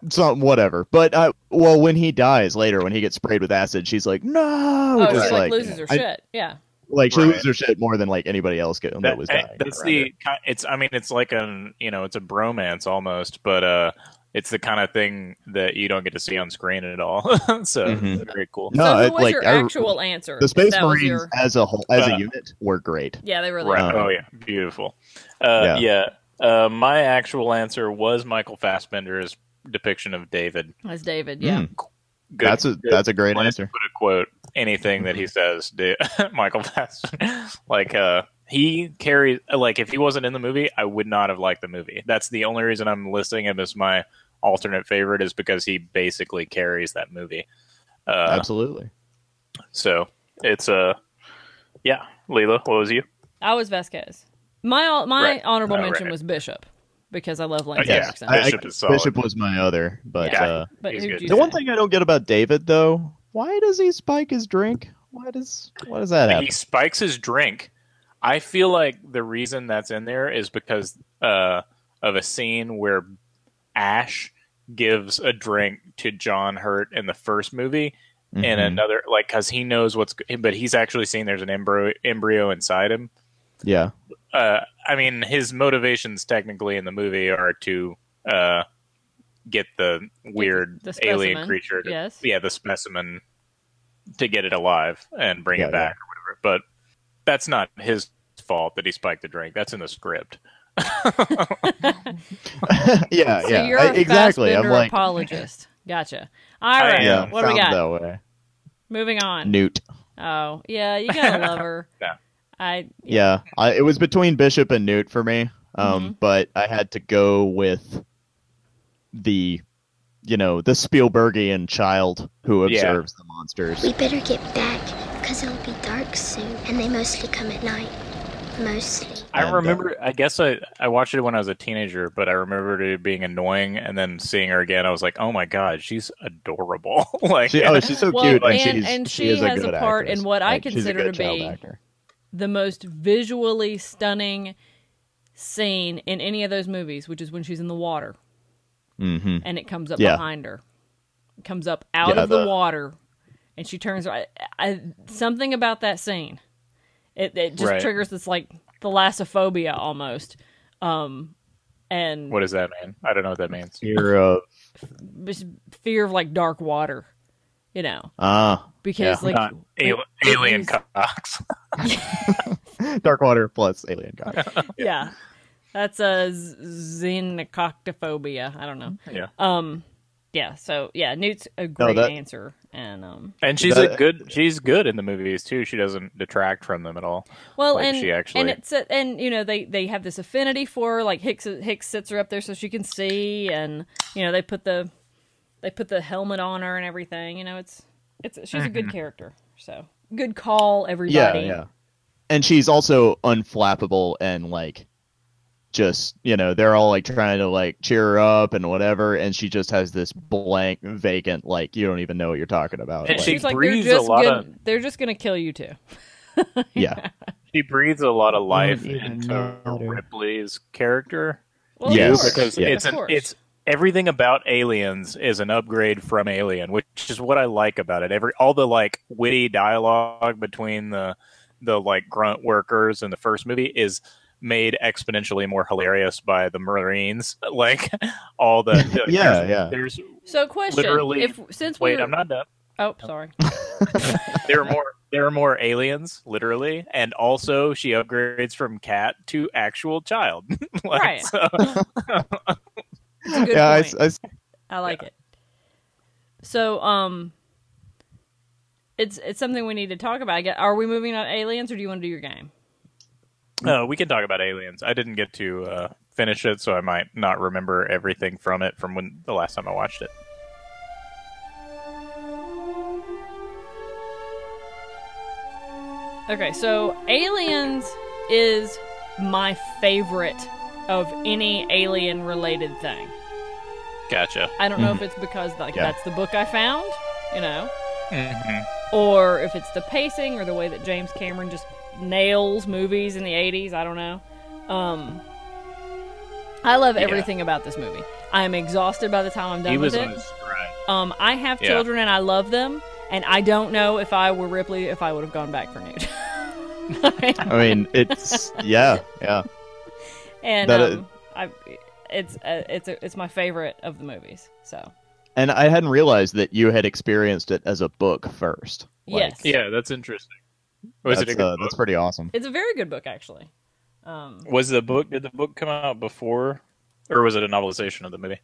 S5: some whatever. But I well when he dies later when he gets sprayed with acid, she's like no,
S3: oh, she
S5: just
S3: like,
S5: like
S3: loses her
S5: I-
S3: shit. Yeah,
S5: like she
S4: Right.
S5: loses her shit more than like anybody else could, that was dying.
S4: that's
S5: around her.
S4: the ki- it's I mean it's like an you know it's a bromance almost, but uh, it's the kind of thing that you don't get to see on screen at all. so
S5: Mhm.
S4: very cool.
S5: no,
S3: so who
S5: it-
S3: was
S5: like
S3: your
S5: I-
S3: actual answer?
S5: the
S3: If
S5: Space
S3: that was
S5: Marines
S3: your-
S5: as a whole as
S4: Uh,
S5: a unit were great.
S3: Yeah, they really.
S4: Right.
S5: Uh,
S4: oh yeah, beautiful. Uh, yeah. Uh, my actual answer was Michael Fassbender's depiction of David.
S3: That's David. Yeah.
S4: Good-
S5: Hmm. that's a
S4: Hmm. good
S5: that's a great
S4: Lance
S5: answer. Mm-hmm.
S4: Put a quote anything that he says, dude, Michael Fassbender. like uh, he carries. Like if he wasn't in the movie, I would not have liked the movie. That's the only reason I'm listing him as my alternate favorite is because he basically carries that movie. Uh,
S5: Absolutely.
S4: so it's uh, yeah, Leela, what was you?
S3: I was Vasquez. My al- my
S4: Right.
S3: honorable
S4: Oh,
S3: mention
S4: right.
S3: was Bishop because I love Lance
S4: yeah.
S3: Henriksen.
S5: I- I-
S4: Bishop is solid.
S5: Bishop was my other, but
S4: Yeah.
S5: uh,
S3: but
S4: He's
S3: who'd
S4: good.
S3: you
S5: the one
S3: say?
S5: thing I don't get about David though, why does he spike his drink? Why does why does that happen?
S4: He spikes his drink. I feel like the reason that's in there is because uh, of a scene where Ash gives a drink to John Hurt in the first movie, and
S5: Mhm.
S4: another like because he knows what's, but he's actually seeing there's an embryo embryo inside him.
S5: Yeah.
S4: Uh, I mean, his motivations technically in the movie are to uh, get the weird
S3: the specimen,
S4: alien creature. To,
S3: yes.
S4: Yeah, the specimen to get it alive and bring
S5: Yeah,
S4: it back or whatever. But that's not his fault that he spiked the drink. That's in the script.
S5: yeah,
S3: So
S5: yeah,
S3: you're
S5: I-
S3: a
S5: exactly. I'm
S3: Fassbender
S5: like,
S3: apologist. Gotcha. All right.
S4: am.
S3: What do we
S5: sounds
S3: got?
S5: That way.
S3: Moving on.
S5: Newt.
S3: Oh yeah, you gotta love her.
S4: Yeah.
S3: I
S5: Yeah, I, it was between Bishop and Newt for me, um,
S3: Mm-hmm.
S5: but I had to go with the, you know, the Spielbergian child who
S4: Yeah.
S5: observes the monsters.
S10: We better get back, because it'll be dark soon, and they mostly come at night. Mostly.
S4: I
S5: And, uh,
S4: remember. I guess I I watched it when I was a teenager, but I remembered it being annoying. And then seeing her again, I was like, oh my god, she's adorable. like,
S5: She, oh, she's so
S3: Well,
S5: cute,
S3: and-
S5: and, she's,
S3: and
S5: she,
S3: she
S5: is a
S3: has a
S5: good
S3: part
S5: actress.
S3: in what I
S5: Like, she's a
S3: consider
S5: good
S3: to
S5: child
S3: be-
S5: actor.
S3: the most visually stunning scene in any of those movies, which is when she's in the water
S5: Mhm.
S3: and it comes up
S5: Yeah.
S3: behind her, It comes up out
S5: Yeah,
S3: of the,
S5: the-
S3: water, and she turns. I, I, something about that scene, it, it just
S4: Right.
S3: triggers this like thalassophobia almost. Um, and
S4: what does that mean? I don't know what that means.
S5: Fear of
S3: this fear of like dark water, you know,
S5: ah,
S3: because
S5: Yeah.
S3: like
S4: Not al- alien cocks.
S5: Darkwater plus Alien God.
S3: yeah. That's a z- xenococtophobia. I don't know.
S4: Yeah.
S3: Um. Yeah. So yeah, Newt's a great
S5: that-
S3: answer, and um.
S4: And she's
S5: That-
S4: a good. She's good in the movies too. She doesn't detract from them at all.
S3: Well,
S4: Like,
S3: and
S4: she actually-
S3: and it's a, and you know they they have this affinity for her, like Hicks Hicks sits her up there so she can see, and you know they put the they put the helmet on her and everything. You know it's it's she's a
S4: Mm-hmm.
S3: good character. So good call,
S5: Yeah,
S3: everybody.
S5: yeah. And she's also unflappable and like just, you know, they're all like trying to like cheer her up and whatever and she just has this blank vacant like you don't even know what you're talking about.
S4: And
S5: like,
S4: she-
S3: She's like
S4: breathes a
S3: they're just
S4: lot
S3: gonna,
S4: of-
S3: they're just gonna kill you too.
S5: yeah.
S4: She breathes a lot of
S5: Mm,
S4: life
S5: even
S4: into
S5: matter.
S4: Ripley's character.
S3: Well, of
S5: Yes,
S3: course.
S4: because
S5: Yeah.
S4: it's
S3: Of
S4: an,
S3: course.
S4: it's everything about aliens is an upgrade from alien which is what i like about it every all the like witty dialogue between the the like grunt workers in the first movie is made exponentially more hilarious by the Marines. Like all the
S5: Yeah, yeah.
S4: There's
S3: So, question:
S4: Literally-
S3: If since we
S4: wait,
S3: were-
S4: I'm not done.
S3: Oh, sorry.
S4: There are more. There are more aliens, literally, and also she upgrades from cat to actual child. like,
S3: Right.
S4: so-
S3: It's a good
S5: yeah, I
S3: point.
S5: s- I s-
S3: I like it. So, um, it's it's something we need to talk about. I get, are we moving on aliens, or do you want to do your game?
S4: Uh, we can talk about aliens. I didn't get to uh, finish it, so I might not remember everything from it from when the last time I watched it.
S3: Okay, so aliens is my favorite of any alien related thing.
S4: Gotcha.
S3: I don't know
S4: Mm-hmm.
S3: if it's because like
S5: Yeah.
S3: that's the book I found, you know,
S4: Mm-hmm.
S3: or if it's the pacing or the way that James Cameron just nails movies in the '80s. I don't know. Um, I love everything about this movie. I am exhausted by the time I'm done
S4: He
S3: with
S4: was
S3: it.
S4: on his stride.
S3: Um, I have
S4: Yeah.
S3: children and I love them, and I don't know if I were Ripley if I would have gone back for Newt.
S5: I mean, it's yeah, yeah.
S3: and
S4: uh,
S5: That
S3: um, I, it's uh, it's a, it's my favorite of the movies. So
S5: And I hadn't realized that you had experienced it as a book first. Like,
S3: yes,
S4: Yeah, that's interesting. Was
S5: that's,
S4: it a good
S5: uh, that's pretty awesome.
S3: it's a very good book actually. Um,
S4: Was the book? Did the book come out before, or was it a novelization of the movie?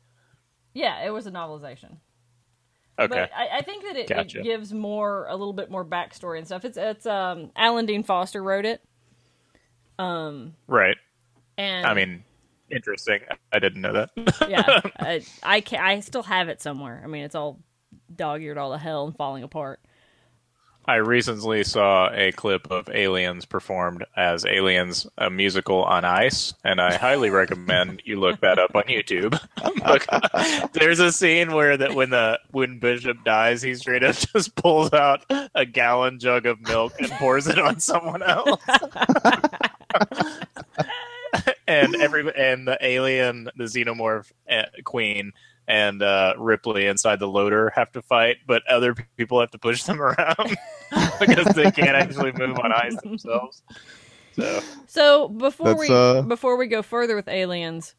S3: yeah, it was a novelization.
S4: Okay,
S3: But I, I think that it,
S4: Gotcha.
S3: it gives more a little bit more backstory and stuff. It's it's um Alan Dean Foster wrote it. Um
S4: right.
S3: and
S4: I mean, interesting. I didn't know that.
S3: yeah, I I, ca I still have it somewhere. I mean, it's all dog-eared all to hell and falling apart.
S4: I recently saw a clip of Aliens performed as Aliens, a musical on ice, and I highly recommend you look that up on YouTube. Look, there's a scene where that when the when Bishop dies, he straight up just pulls out a gallon jug of milk and pours it on someone else. and every and the alien, the xenomorph uh, queen, and uh, Ripley inside the loader have to fight, but other people have to push them around because they can't actually move on ice themselves. So
S3: So before
S5: That's,
S3: we
S5: uh,
S3: before we go further with aliens,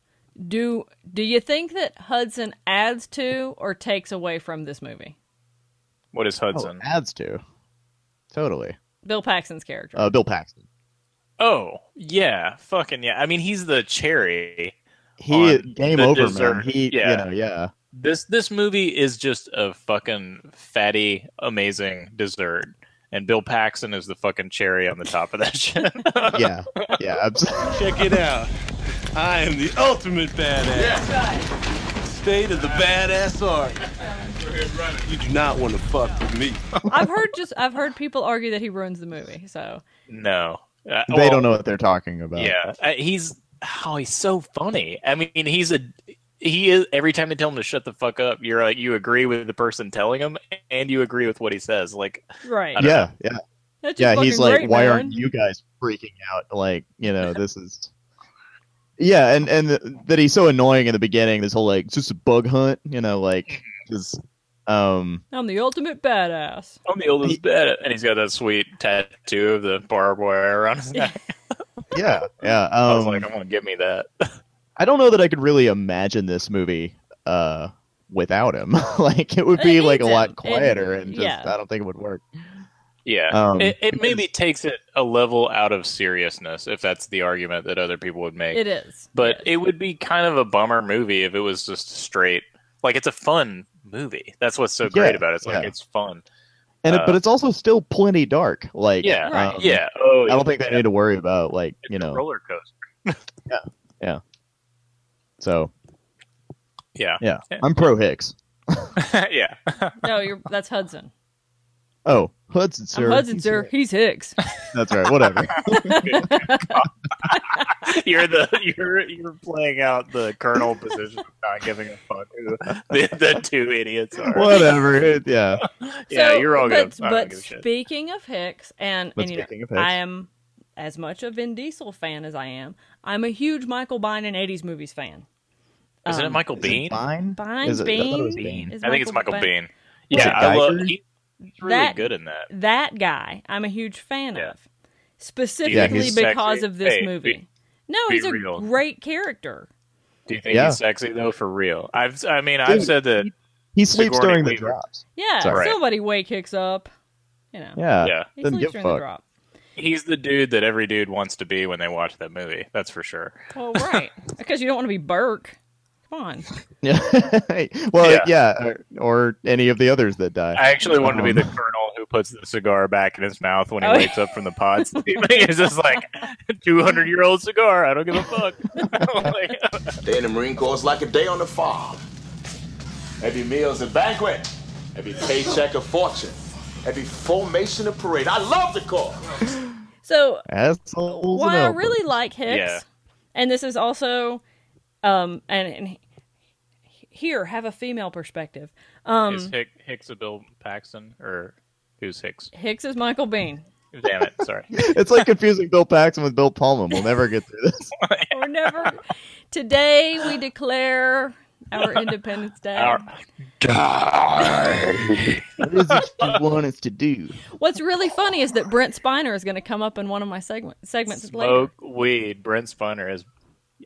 S3: do do you think that Hudson adds to or takes away from this movie?
S4: what is
S5: Oh,
S4: Hudson?
S5: adds to. Totally.
S3: Bill Paxton's character.
S5: Uh, Bill Paxton.
S4: Oh yeah, fucking yeah. I mean, he's the cherry.
S5: He
S4: on
S5: game
S4: the
S5: over,
S4: dessert.
S5: man. He,
S4: Yeah.
S5: you know, yeah.
S4: This this movie is just a fucking fatty, amazing dessert, and Bill Paxton is the fucking cherry on the top of that shit.
S5: yeah, yeah, abs-
S1: Check it out. I am the ultimate badass. State of the badass art. You do not want to fuck with me.
S3: I've heard just I've heard people argue that he ruins the movie. So
S4: no, Uh,
S5: they
S4: well,
S5: don't know what they're talking about.
S4: Yeah, I- he's oh, he's so funny. I mean, he's a he is every time they tell him to shut the fuck up, you're like you agree with the person telling him, and you agree with what he says. Like,
S3: right,
S5: yeah, yeah,
S3: That's just
S5: yeah. He's
S3: fucking
S5: like,
S3: great,
S5: why
S3: man.
S5: aren't you guys freaking out? Like, you know, this is. Yeah, and and th- that he's so annoying in the beginning. This whole like it's just a bug hunt, you know,
S3: Mhm.
S5: like just um
S3: I'm the ultimate badass.
S4: I'm the oldest bed, and he's got that sweet tattoo of the barbed wire around his neck.
S5: yeah yeah. Um,
S4: I was like, I'm gonna give me that.
S5: I don't know that I could really imagine this movie uh without him. like it would be
S3: It
S5: like a
S3: needs him,
S5: lot
S3: and-
S5: quieter and, just
S3: yeah.
S5: I don't think it would work.
S4: Yeah,
S5: Um,
S4: it, it maybe takes it a level out of seriousness if that's the argument that other people would make.
S3: It is.
S4: but
S3: Yes.
S4: it would be kind of a bummer movie if it was just straight. Like, it's a fun movie. That's what's so great
S5: Yeah,
S4: about it. It's like
S5: yeah.
S4: it's fun.
S5: And it,
S4: Uh,
S5: but it's also still plenty dark. Like
S4: Yeah,
S3: Right.
S5: um,
S4: yeah. Oh,
S5: I don't think they need to worry about like
S4: it's
S5: you
S4: a
S5: know.
S4: roller coaster.
S5: So
S4: Yeah,
S5: yeah, I'm pro Hicks.
S4: yeah.
S3: no, you're that's Hudson.
S5: Oh, Hudson sir.
S3: I'm Hudson, sir. He's Hicks.
S5: That's right. Whatever.
S4: You're the you're you're playing out the colonel position, of not giving a fuck who the, the two idiots are.
S5: Whatever. it- yeah.
S4: Yeah,
S3: So,
S4: you're all
S3: but,
S4: good. I don't
S3: But
S4: give a shit.
S3: speaking of Hicks, and,
S5: But
S3: and you know,
S5: speaking of Hicks.
S3: I am as much a Vin Diesel fan as I am. I'm a huge Michael Bind and '80s movies fan.
S4: Isn't it
S3: Um,
S4: Michael Bean?
S5: Fine.
S3: Bind,
S5: Is it- I thought it was
S3: Bean?
S5: Bean.
S3: Is
S4: I think it's
S3: Michael
S4: Michael
S3: Bean-
S4: Bean. Yeah,
S5: it
S4: I love.
S5: Geiger?
S4: he- He's really
S3: That-
S4: good in that.
S3: That guy, I'm a huge fan
S4: Yeah.
S3: of, specifically
S5: he's
S3: because
S4: sexy.
S3: of this
S4: Hey,
S3: movie.
S4: be-
S3: No,
S4: Be
S3: he's a
S4: real.
S3: great character.
S4: Do you think
S5: Yeah.
S4: he's sexy though? For real? I've. I mean, I've
S5: Dude,
S4: said that.
S5: He sleeps
S4: Sigourney
S5: during the
S4: Weaver.
S5: drops.
S3: Yeah,
S5: Sorry.
S3: somebody wake kicks up. You know,
S5: Yeah.
S4: Yeah.
S3: he
S5: Doesn't
S3: sleeps
S5: give a
S3: during the
S5: fuck.
S3: drop.
S4: He's the dude that every dude wants to be when they watch that movie. That's for sure.
S3: Well, right, because you don't want to be Burke. Come on,
S5: Yeah. well,
S4: Yeah.
S5: yeah, or, or any of the others that die.
S4: I actually wanted to be
S5: Um.
S4: the colonel who puts the cigar back in his mouth when he
S3: Oh,
S4: wakes up from the pods. it's just like two hundred year old cigar. I don't give a fuck. Like,
S12: Day in the Marine Corps is like a day on the farm. Every meal's a banquet. Every paycheck a fortune. Every formation a parade. I love the Corps.
S3: So
S5: Assholes
S3: what
S5: and
S3: I
S5: elbows.
S3: really like Hicks,
S4: Yeah.
S3: and this is also, um, and, and he- here have a female perspective. Um,
S4: is Hick, Hicks a Bill Paxton or who's Hicks?
S3: Hicks is Michael Bean.
S4: Damn it! Sorry.
S5: It's like confusing Bill Paxton with Bill Pullman. We'll never get through this.
S3: We're never. Today we declare our Independence Day.
S4: Our-
S5: What is it you want us to do?
S3: What's really funny is that Brent Spiner is going to come up in one of my segment, segments later.
S4: Smoke weed. Brent Spiner is.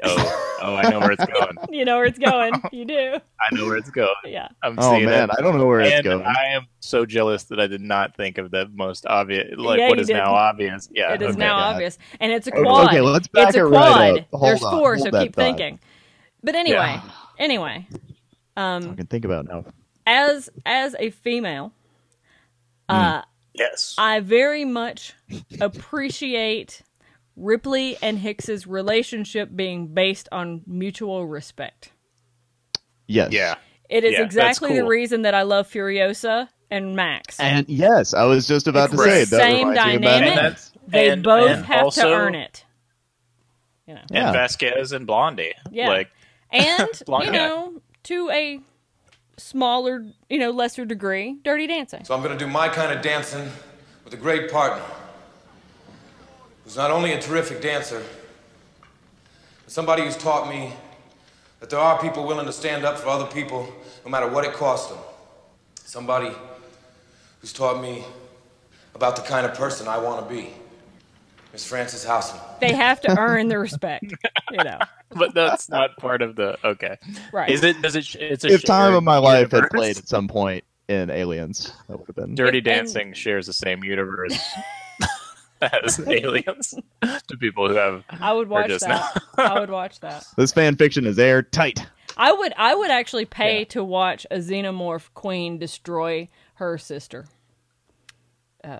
S4: Oh, oh! I know where it's going.
S3: You know where it's going. You do.
S4: I know where it's going.
S3: Yeah.
S4: I'm
S5: Oh
S4: seeing
S5: man,
S4: it.
S5: I don't know where it's
S4: and
S5: going.
S4: I am so jealous that I did not think of the most obvious, like
S3: Yeah,
S4: what
S3: you
S4: is
S3: did.
S4: now obvious. Yeah,
S3: It is
S4: okay.
S3: now
S5: God.
S3: obvious, and it's a
S5: Okay,
S3: quad.
S5: okay, let's back
S3: it's a
S5: it
S3: quad.
S5: right up. Hold
S3: There's
S5: on,
S3: four,
S5: hold
S3: so
S5: that
S3: keep
S5: thought.
S3: thinking. But anyway,
S4: Yeah.
S3: anyway,
S5: I
S3: um,
S5: can think about it now.
S3: as as a female,
S4: Mm.
S3: uh,
S4: Yes.
S3: I very much appreciate Ripley and Hicks's relationship being based on mutual respect.
S5: Yes.
S4: Yeah.
S3: It is
S4: Yeah, that's
S3: exactly the
S4: cool.
S3: reason that I love Furiosa and Max.
S5: And yes, I was just about
S3: It's
S5: to
S3: the
S5: say that
S3: same
S5: reminds me about-
S3: dynamic.
S4: And that's
S3: they
S4: and-
S3: both
S4: and
S3: have to
S4: also-
S3: earn it. You know.
S5: Yeah.
S4: And Vasquez and Blondie.
S3: Yeah.
S4: Like
S3: and
S4: Blonde
S3: you
S4: guy.
S3: know to a smaller you know lesser degree dirty dancing
S9: So I'm gonna do my kind of dancing with a great partner who's not only a terrific dancer, but somebody who's taught me that there are people willing to stand up for other people no matter what it costs them. Somebody who's taught me about the kind of person I want to be. Miss Frances Houseman.
S3: they have to earn the respect you know
S4: but that's not part of the okay.
S3: right
S4: Is it does it it's a
S5: If time
S4: shared
S5: of my life had
S4: universe.
S5: played at some point in Aliens, that would have been.
S4: Dirty
S3: And-
S4: Dancing shares the same universe as aliens to people who have
S3: i would watch
S4: just
S3: that i would watch that
S5: This fan fiction is airtight.
S3: i would i would actually pay to watch a xenomorph queen destroy her sister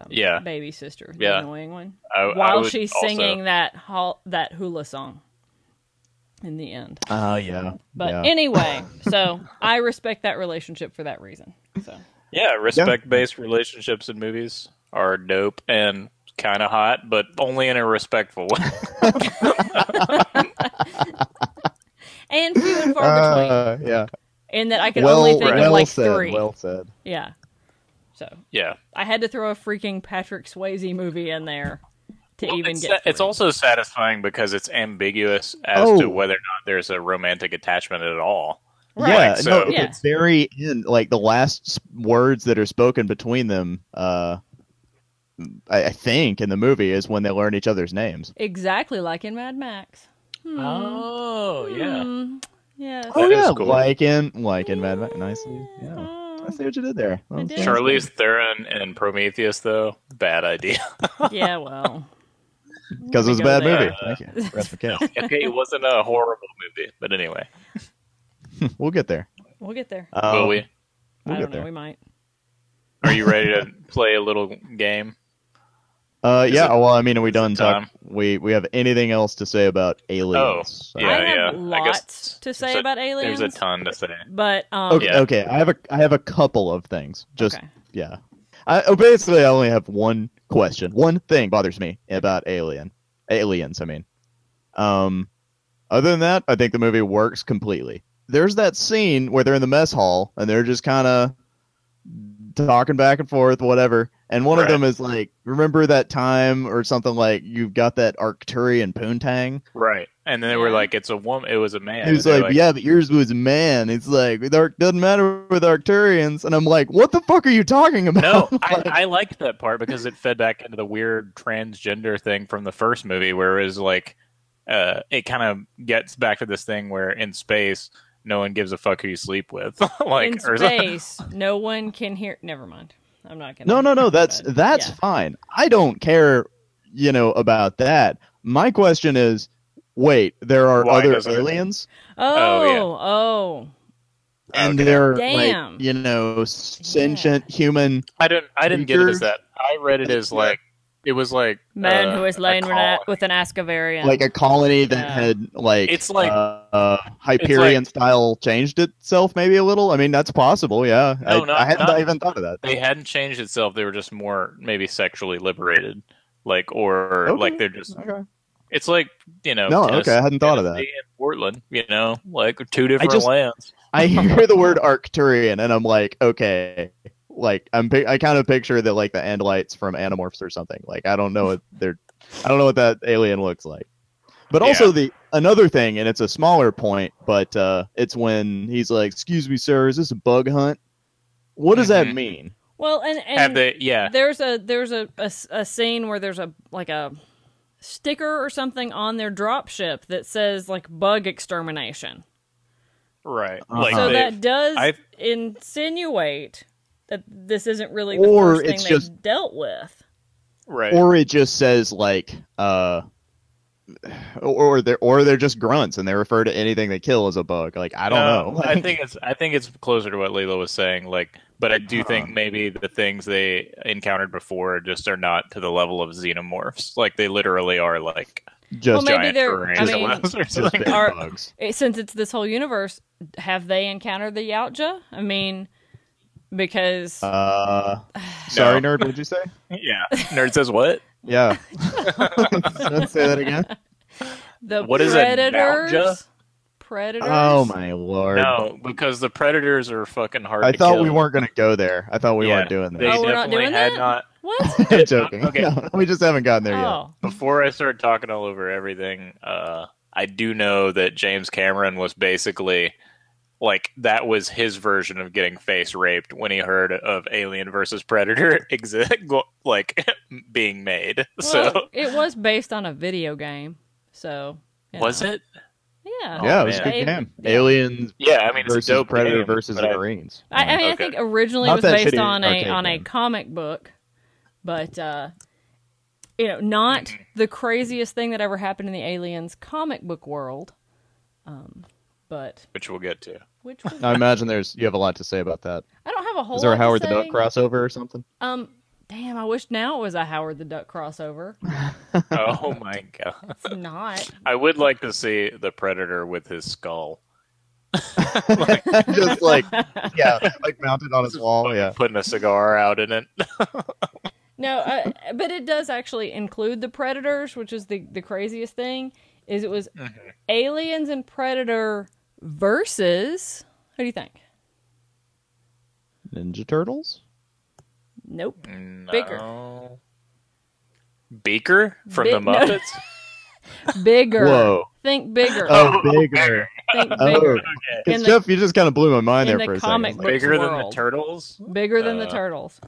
S4: yeah.
S3: baby sister the
S4: Yeah.
S3: annoying one
S4: I- I
S3: while
S4: would
S3: she's
S4: also-
S3: singing that hol- that hula song in the end
S5: Oh yeah.
S3: but
S5: yeah.
S3: anyway so i respect that relationship for that reason so
S4: Yeah, respect based relationships in movies are dope and kind of hot, but only in a respectful way.
S3: and few and far between
S5: Uh, yeah.
S3: and that I could
S5: Well,
S3: only think
S5: well
S3: of like
S5: said.
S3: three.
S5: Well said.
S3: Yeah. So
S4: yeah.
S3: I had to throw a freaking Patrick Swayze movie in there to even
S4: it's,
S3: get.
S4: it's
S3: three.
S4: also satisfying because it's ambiguous as
S5: Oh.
S4: to whether or not there's a romantic attachment at all.
S3: Right.
S5: Yeah,
S4: Like,
S5: no,
S4: so-
S5: at
S3: Yeah.
S5: the very end, like the last s- words that are spoken between them, uh, I, I think in the movie is when they learn each other's names.
S3: exactly like in Mad Max.
S4: Oh yeah,
S3: Mm, yes.
S4: Oh, yeah. cool.
S5: like in like in Mad Max. Nicely, yeah.
S3: Mm-hmm.
S5: I see what you did there. That was
S3: did.
S5: nice.
S4: Charlize Theron and Prometheus though, bad idea.
S3: Yeah. Well.
S5: Because it was a
S3: Go
S5: bad
S3: there.
S5: movie. Thank you. Rest in peace.
S4: okay, it wasn't a horrible movie, but anyway,
S5: We'll get there.
S3: We'll get there.
S5: Um,
S4: will Oh, we?
S5: we'll
S3: I don't
S5: get
S3: know.
S5: there.
S3: We might.
S4: Are you ready to play a little game?
S5: Uh, yeah.
S4: it-
S5: well, I mean, are we done
S4: time?
S5: talk? We we have anything else to say about aliens?
S4: Oh,
S5: Uh,
S4: yeah,
S3: I have
S4: yeah. I guess
S3: lots to say
S4: there's a-
S3: about aliens,
S4: There's a ton to say.
S3: but um,
S5: Okay.
S4: Yeah.
S5: Okay. I have a I have a couple of things. Just
S3: Okay.
S5: yeah. I oh, basically I only have one question. One thing bothers me about Alien. Aliens, I mean. Um, other than that, I think the movie works completely. There's that scene where they're in the mess hall and they're just kind of talking back and forth, whatever. And one
S4: Right.
S5: of them is like, "Remember that time or something like you've got that Arcturian poontang."
S4: Right, and then they were like, "It's a woman. It was a man."
S5: He was
S4: And they're
S5: like, "Yeah, but yours was man." It's like it doesn't matter with Arcturians, and I'm like, "What the fuck are you talking
S4: No,
S5: about?"
S4: I, I liked that part because it fed back into the weird transgender thing from the first movie, where it was like uh, it kind of gets back to this thing where in space, no one gives a fuck who you sleep with. like
S3: in
S4: or something.
S3: space, no one can hear. Never mind. I'm not gonna.
S5: No, no, no. That's
S3: uh,
S5: that's fine. I don't care, you know, about that. My question is, wait, there are
S3: Why
S5: other
S3: doesn't it-
S5: aliens,
S3: Oh,
S5: Oh, yeah.
S3: oh,
S5: and they're
S3: Damn.
S5: like, you know, sentient human.
S4: I didn't. I didn't get it as
S5: creatures.
S4: that. I read it as like it was like
S3: man
S4: uh,
S3: who is laying with, an, with an Ascavarian.
S5: like a colony that had like
S4: It's like-
S5: uh, uh, Hyperion style changed itself maybe a little. I mean, that's possible. Yeah,
S4: No,
S5: I,
S4: not-
S5: I hadn't
S4: not-
S5: even thought of that.
S4: They hadn't changed itself. They were just more maybe sexually liberated, like or
S5: Okay,
S4: like they're just.
S5: okay.
S4: It's like you know.
S5: No,
S4: Tennessee-
S5: okay, I hadn't thought of that.
S4: Tennessee and Portland, you know, like two different
S5: just-
S4: lands.
S5: I hear the word Arcturian and I'm like, okay, like I'm pic- I kind of picture that like the Andalites from Animorphs or something. Like I don't know what they're, I don't know what that alien looks like. But also the another thing, and it's a smaller point, but uh, it's when he's like, "Excuse me, sir, is this a bug hunt?" What does
S4: Mm-hmm.
S5: that mean?
S3: Well, and, and
S4: Have they- uh, yeah.
S3: There's a there's a, a s- a scene where there's a like a sticker or something on their dropship that says like bug extermination.
S4: Right.
S3: so
S5: Uh-huh.
S4: they-
S3: that does
S4: I've-
S3: insinuate that this isn't really the
S5: Or
S3: first thing
S5: it's
S3: they've
S5: just-
S3: dealt with.
S4: Right.
S5: Or it just says like, uh, or they're or they're just grunts and they refer to anything they kill as a bug. Like I don't
S4: No,
S5: know.
S4: I think it's I think it's closer to what Lilo was saying. Like, but I do think maybe the things they encountered before just are not to the level of xenomorphs. Like they literally are like
S5: Just
S3: well, maybe
S4: giant
S3: they're.
S4: orange
S3: I mean,
S4: or something.
S3: are- eh, since it's this whole universe, have they encountered the Yautja? I mean, because
S5: Uh, sorry, nerd. What'd you say?
S4: yeah, nerd says what?
S5: Yeah. say that again.
S3: the
S4: What is it,
S3: predators,
S4: Yautja?
S3: predators.
S5: Oh my lord!
S4: No, because the predators are fucking hard.
S5: I
S4: to
S5: thought
S4: kill.
S5: we weren't going to go there. I thought we
S4: Yeah,
S5: weren't doing
S4: They
S5: that.
S3: Oh, we're not
S4: definitely
S3: doing
S4: had
S3: that?
S4: not.
S5: I'm joking.
S4: Okay.
S5: No, we just haven't gotten there
S3: Oh.
S4: Before I started talking all over everything, uh, I do know that James Cameron was basically like that was his version of getting face raped when he heard of Alien versus Predator exi- go- like being made.
S3: Well,
S4: so
S3: it was based on a video game, so you
S4: was
S3: know.
S4: it? Oh,
S3: Yeah,
S5: yet. yeah, it was a
S3: They-
S5: good game. Aliens.
S4: Yeah, I mean, it's a
S5: versus
S4: dope
S5: Predator
S4: game,
S5: versus
S4: but I-
S5: Marines.
S3: I, I mean, I
S5: Okay.
S3: think originally
S5: Not
S3: it was
S5: that
S3: based
S5: shitty
S3: on a
S5: arcade
S3: on a comic book, but uh, you know, not the craziest thing that ever happened in the Aliens comic book world. Um, but
S4: Which we'll get to.
S3: which was,
S5: I imagine there's you have a lot to say about that.
S3: I don't have a whole.
S5: Uh, Is there a
S3: lot to
S5: Howard the
S3: say.
S5: Duck crossover or something?
S3: Um, damn, I wish now it was a Howard the Duck crossover.
S4: oh my god!
S3: It's not.
S4: I would like to see the Predator with his skull.
S5: just like yeah, like mounted on his wall. Yeah,
S4: putting a cigar out in it.
S3: No, uh, but it does actually include the predators, which is the the craziest thing. Is it was aliens and predator versus? Who do you think?
S5: Ninja Turtles.
S3: Nope.
S4: No.
S3: Bigger.
S4: Beaker from
S3: Big-
S4: the
S3: no.
S4: Muppets.
S3: Bigger.
S5: Whoa.
S3: Think bigger.
S5: Oh, bigger.
S3: Think
S5: Oh,
S3: bigger.
S5: 'Cause
S3: In the-
S5: Jeff, you just kind of blew my mind
S3: in
S5: there
S3: the
S5: for a
S3: comic
S5: second.
S3: books
S4: Bigger than the
S3: world.
S4: turtles.
S3: Bigger than the
S4: Uh,
S3: turtles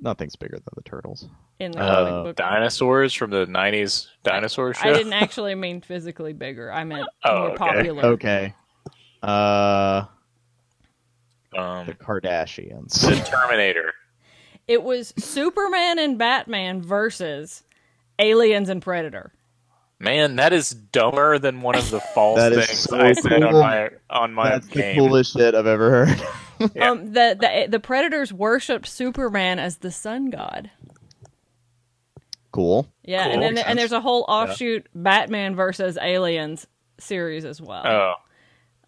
S5: Nothing's bigger than the turtles.
S3: in the
S4: Uh,
S3: comic book.
S4: dinosaurs from the '90s dinosaur show.
S3: I didn't actually mean physically bigger. I meant
S4: Oh,
S3: more
S4: okay.
S3: popular.
S5: Okay. Uh,
S4: um,
S5: the Kardashians.
S4: the Terminator.
S3: It was Superman and Batman versus aliens and predator.
S4: Man, that is dumber than one of the false
S5: That is
S4: things
S5: so
S4: I said on
S5: cool.
S4: my on my
S5: That's the
S4: game.
S5: coolest shit I've ever heard.
S3: Um, the, the the predators worshipped Superman as the sun god.
S5: cool.
S3: Yeah,
S4: Cool.
S3: and then
S4: Makes
S3: and there's a whole
S4: Yeah.
S3: offshoot Batman versus aliens series as well.
S4: Oh,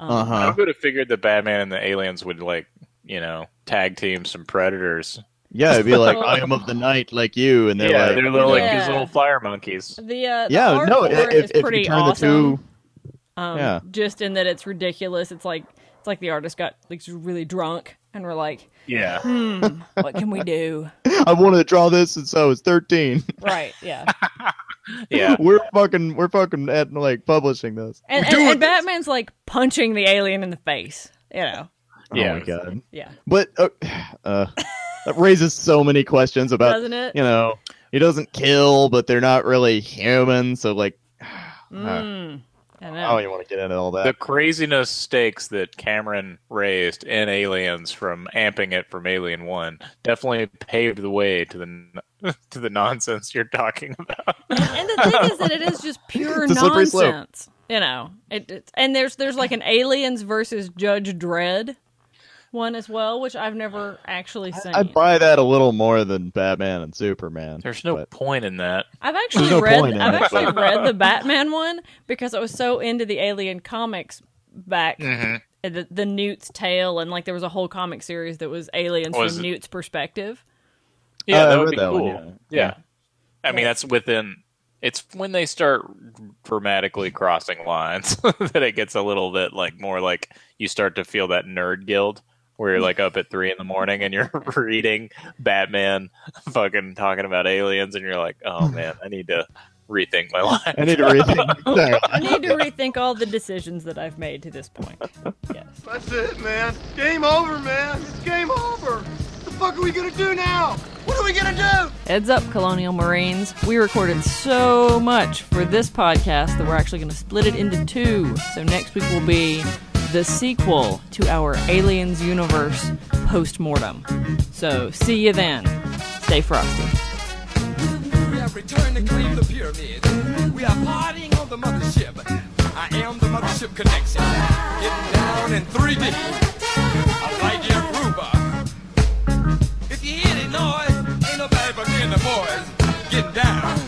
S3: Um,
S5: Uh-huh.
S4: I would have figured the Batman and the aliens would like you know tag team some predators.
S5: Yeah, it'd be like I am of the night, like you, and they're
S4: yeah,
S5: like,
S4: they're little, like
S3: Yeah.
S4: these little flyer monkeys.
S3: The, uh, the
S5: yeah,
S3: art
S5: no.
S3: for
S5: If,
S3: it
S5: if
S3: is
S5: if
S3: pretty
S5: you turn
S3: awesome.
S5: the two,
S3: um,
S5: yeah.
S3: just in that it's ridiculous. It's like it's like the artist got like really drunk and we're like,
S4: Yeah.
S3: hmm, what can we do?
S5: I wanted to draw this since I was thirteen.
S3: Right? Yeah.
S4: Yeah.
S5: we're fucking, we're fucking at like publishing this.
S3: And and, and Batman's like punching the alien in the face. You know?
S5: Oh my
S4: Yeah.
S5: god.
S3: Yeah.
S5: But uh, uh, that raises so many questions about,
S3: Doesn't it?
S5: you know, he doesn't kill, but they're not really human, so like.
S3: Mm, I know.
S4: Oh,
S5: I don't even want to get into all that.
S4: The craziness stakes that Cameron raised in Aliens from amping it from Alien One definitely paved the way to the n- to the nonsense you're talking about.
S3: And the thing is that it is just pure
S4: It's a slippery slope.
S3: nonsense. You know, it, it, and there's there's like an Aliens versus Judge Dredd one as well, which I've never actually seen.
S5: I buy that a little more than Batman and Superman.
S4: There's no point in that.
S3: I've actually
S5: There's no
S3: read
S5: point in
S3: I've
S5: it,
S3: actually
S5: but-
S3: read the Batman one because I was so into the Alien comics back
S4: Mhm.
S3: the, the Newt's tale and like there was a whole comic series that was aliens
S4: Was
S3: from
S4: it-
S3: Newt's perspective.
S4: Yeah,
S5: Uh, I
S4: that would
S5: read
S4: be
S5: that one,
S4: cool. yeah. I mean, that's within. It's when they start dramatically crossing lines that it gets a little bit like more like you start to feel that nerd guild where you're like up at three in the morning and you're reading Batman, fucking talking about aliens, and you're like, oh man, I need to rethink my life.
S5: I need to rethink.
S3: I need to rethink all the decisions that I've made to this point.
S13: That's it, man. Game over, man. It's game over. What the fuck are we gonna do now? What are we gonna do?
S3: Heads up, Colonial Marines. We recorded so much for this podcast that we're actually going to split it into two. So next week will be the sequel to our Aliens Universe postmortem. So see you then. Stay frosty.
S9: We have returned to claim the pyramid. We are partying on the mothership. I am the mothership connection. Get down in 3D. A light year groover. If you hear the noise, ain't nobody but me and the boys. Get down.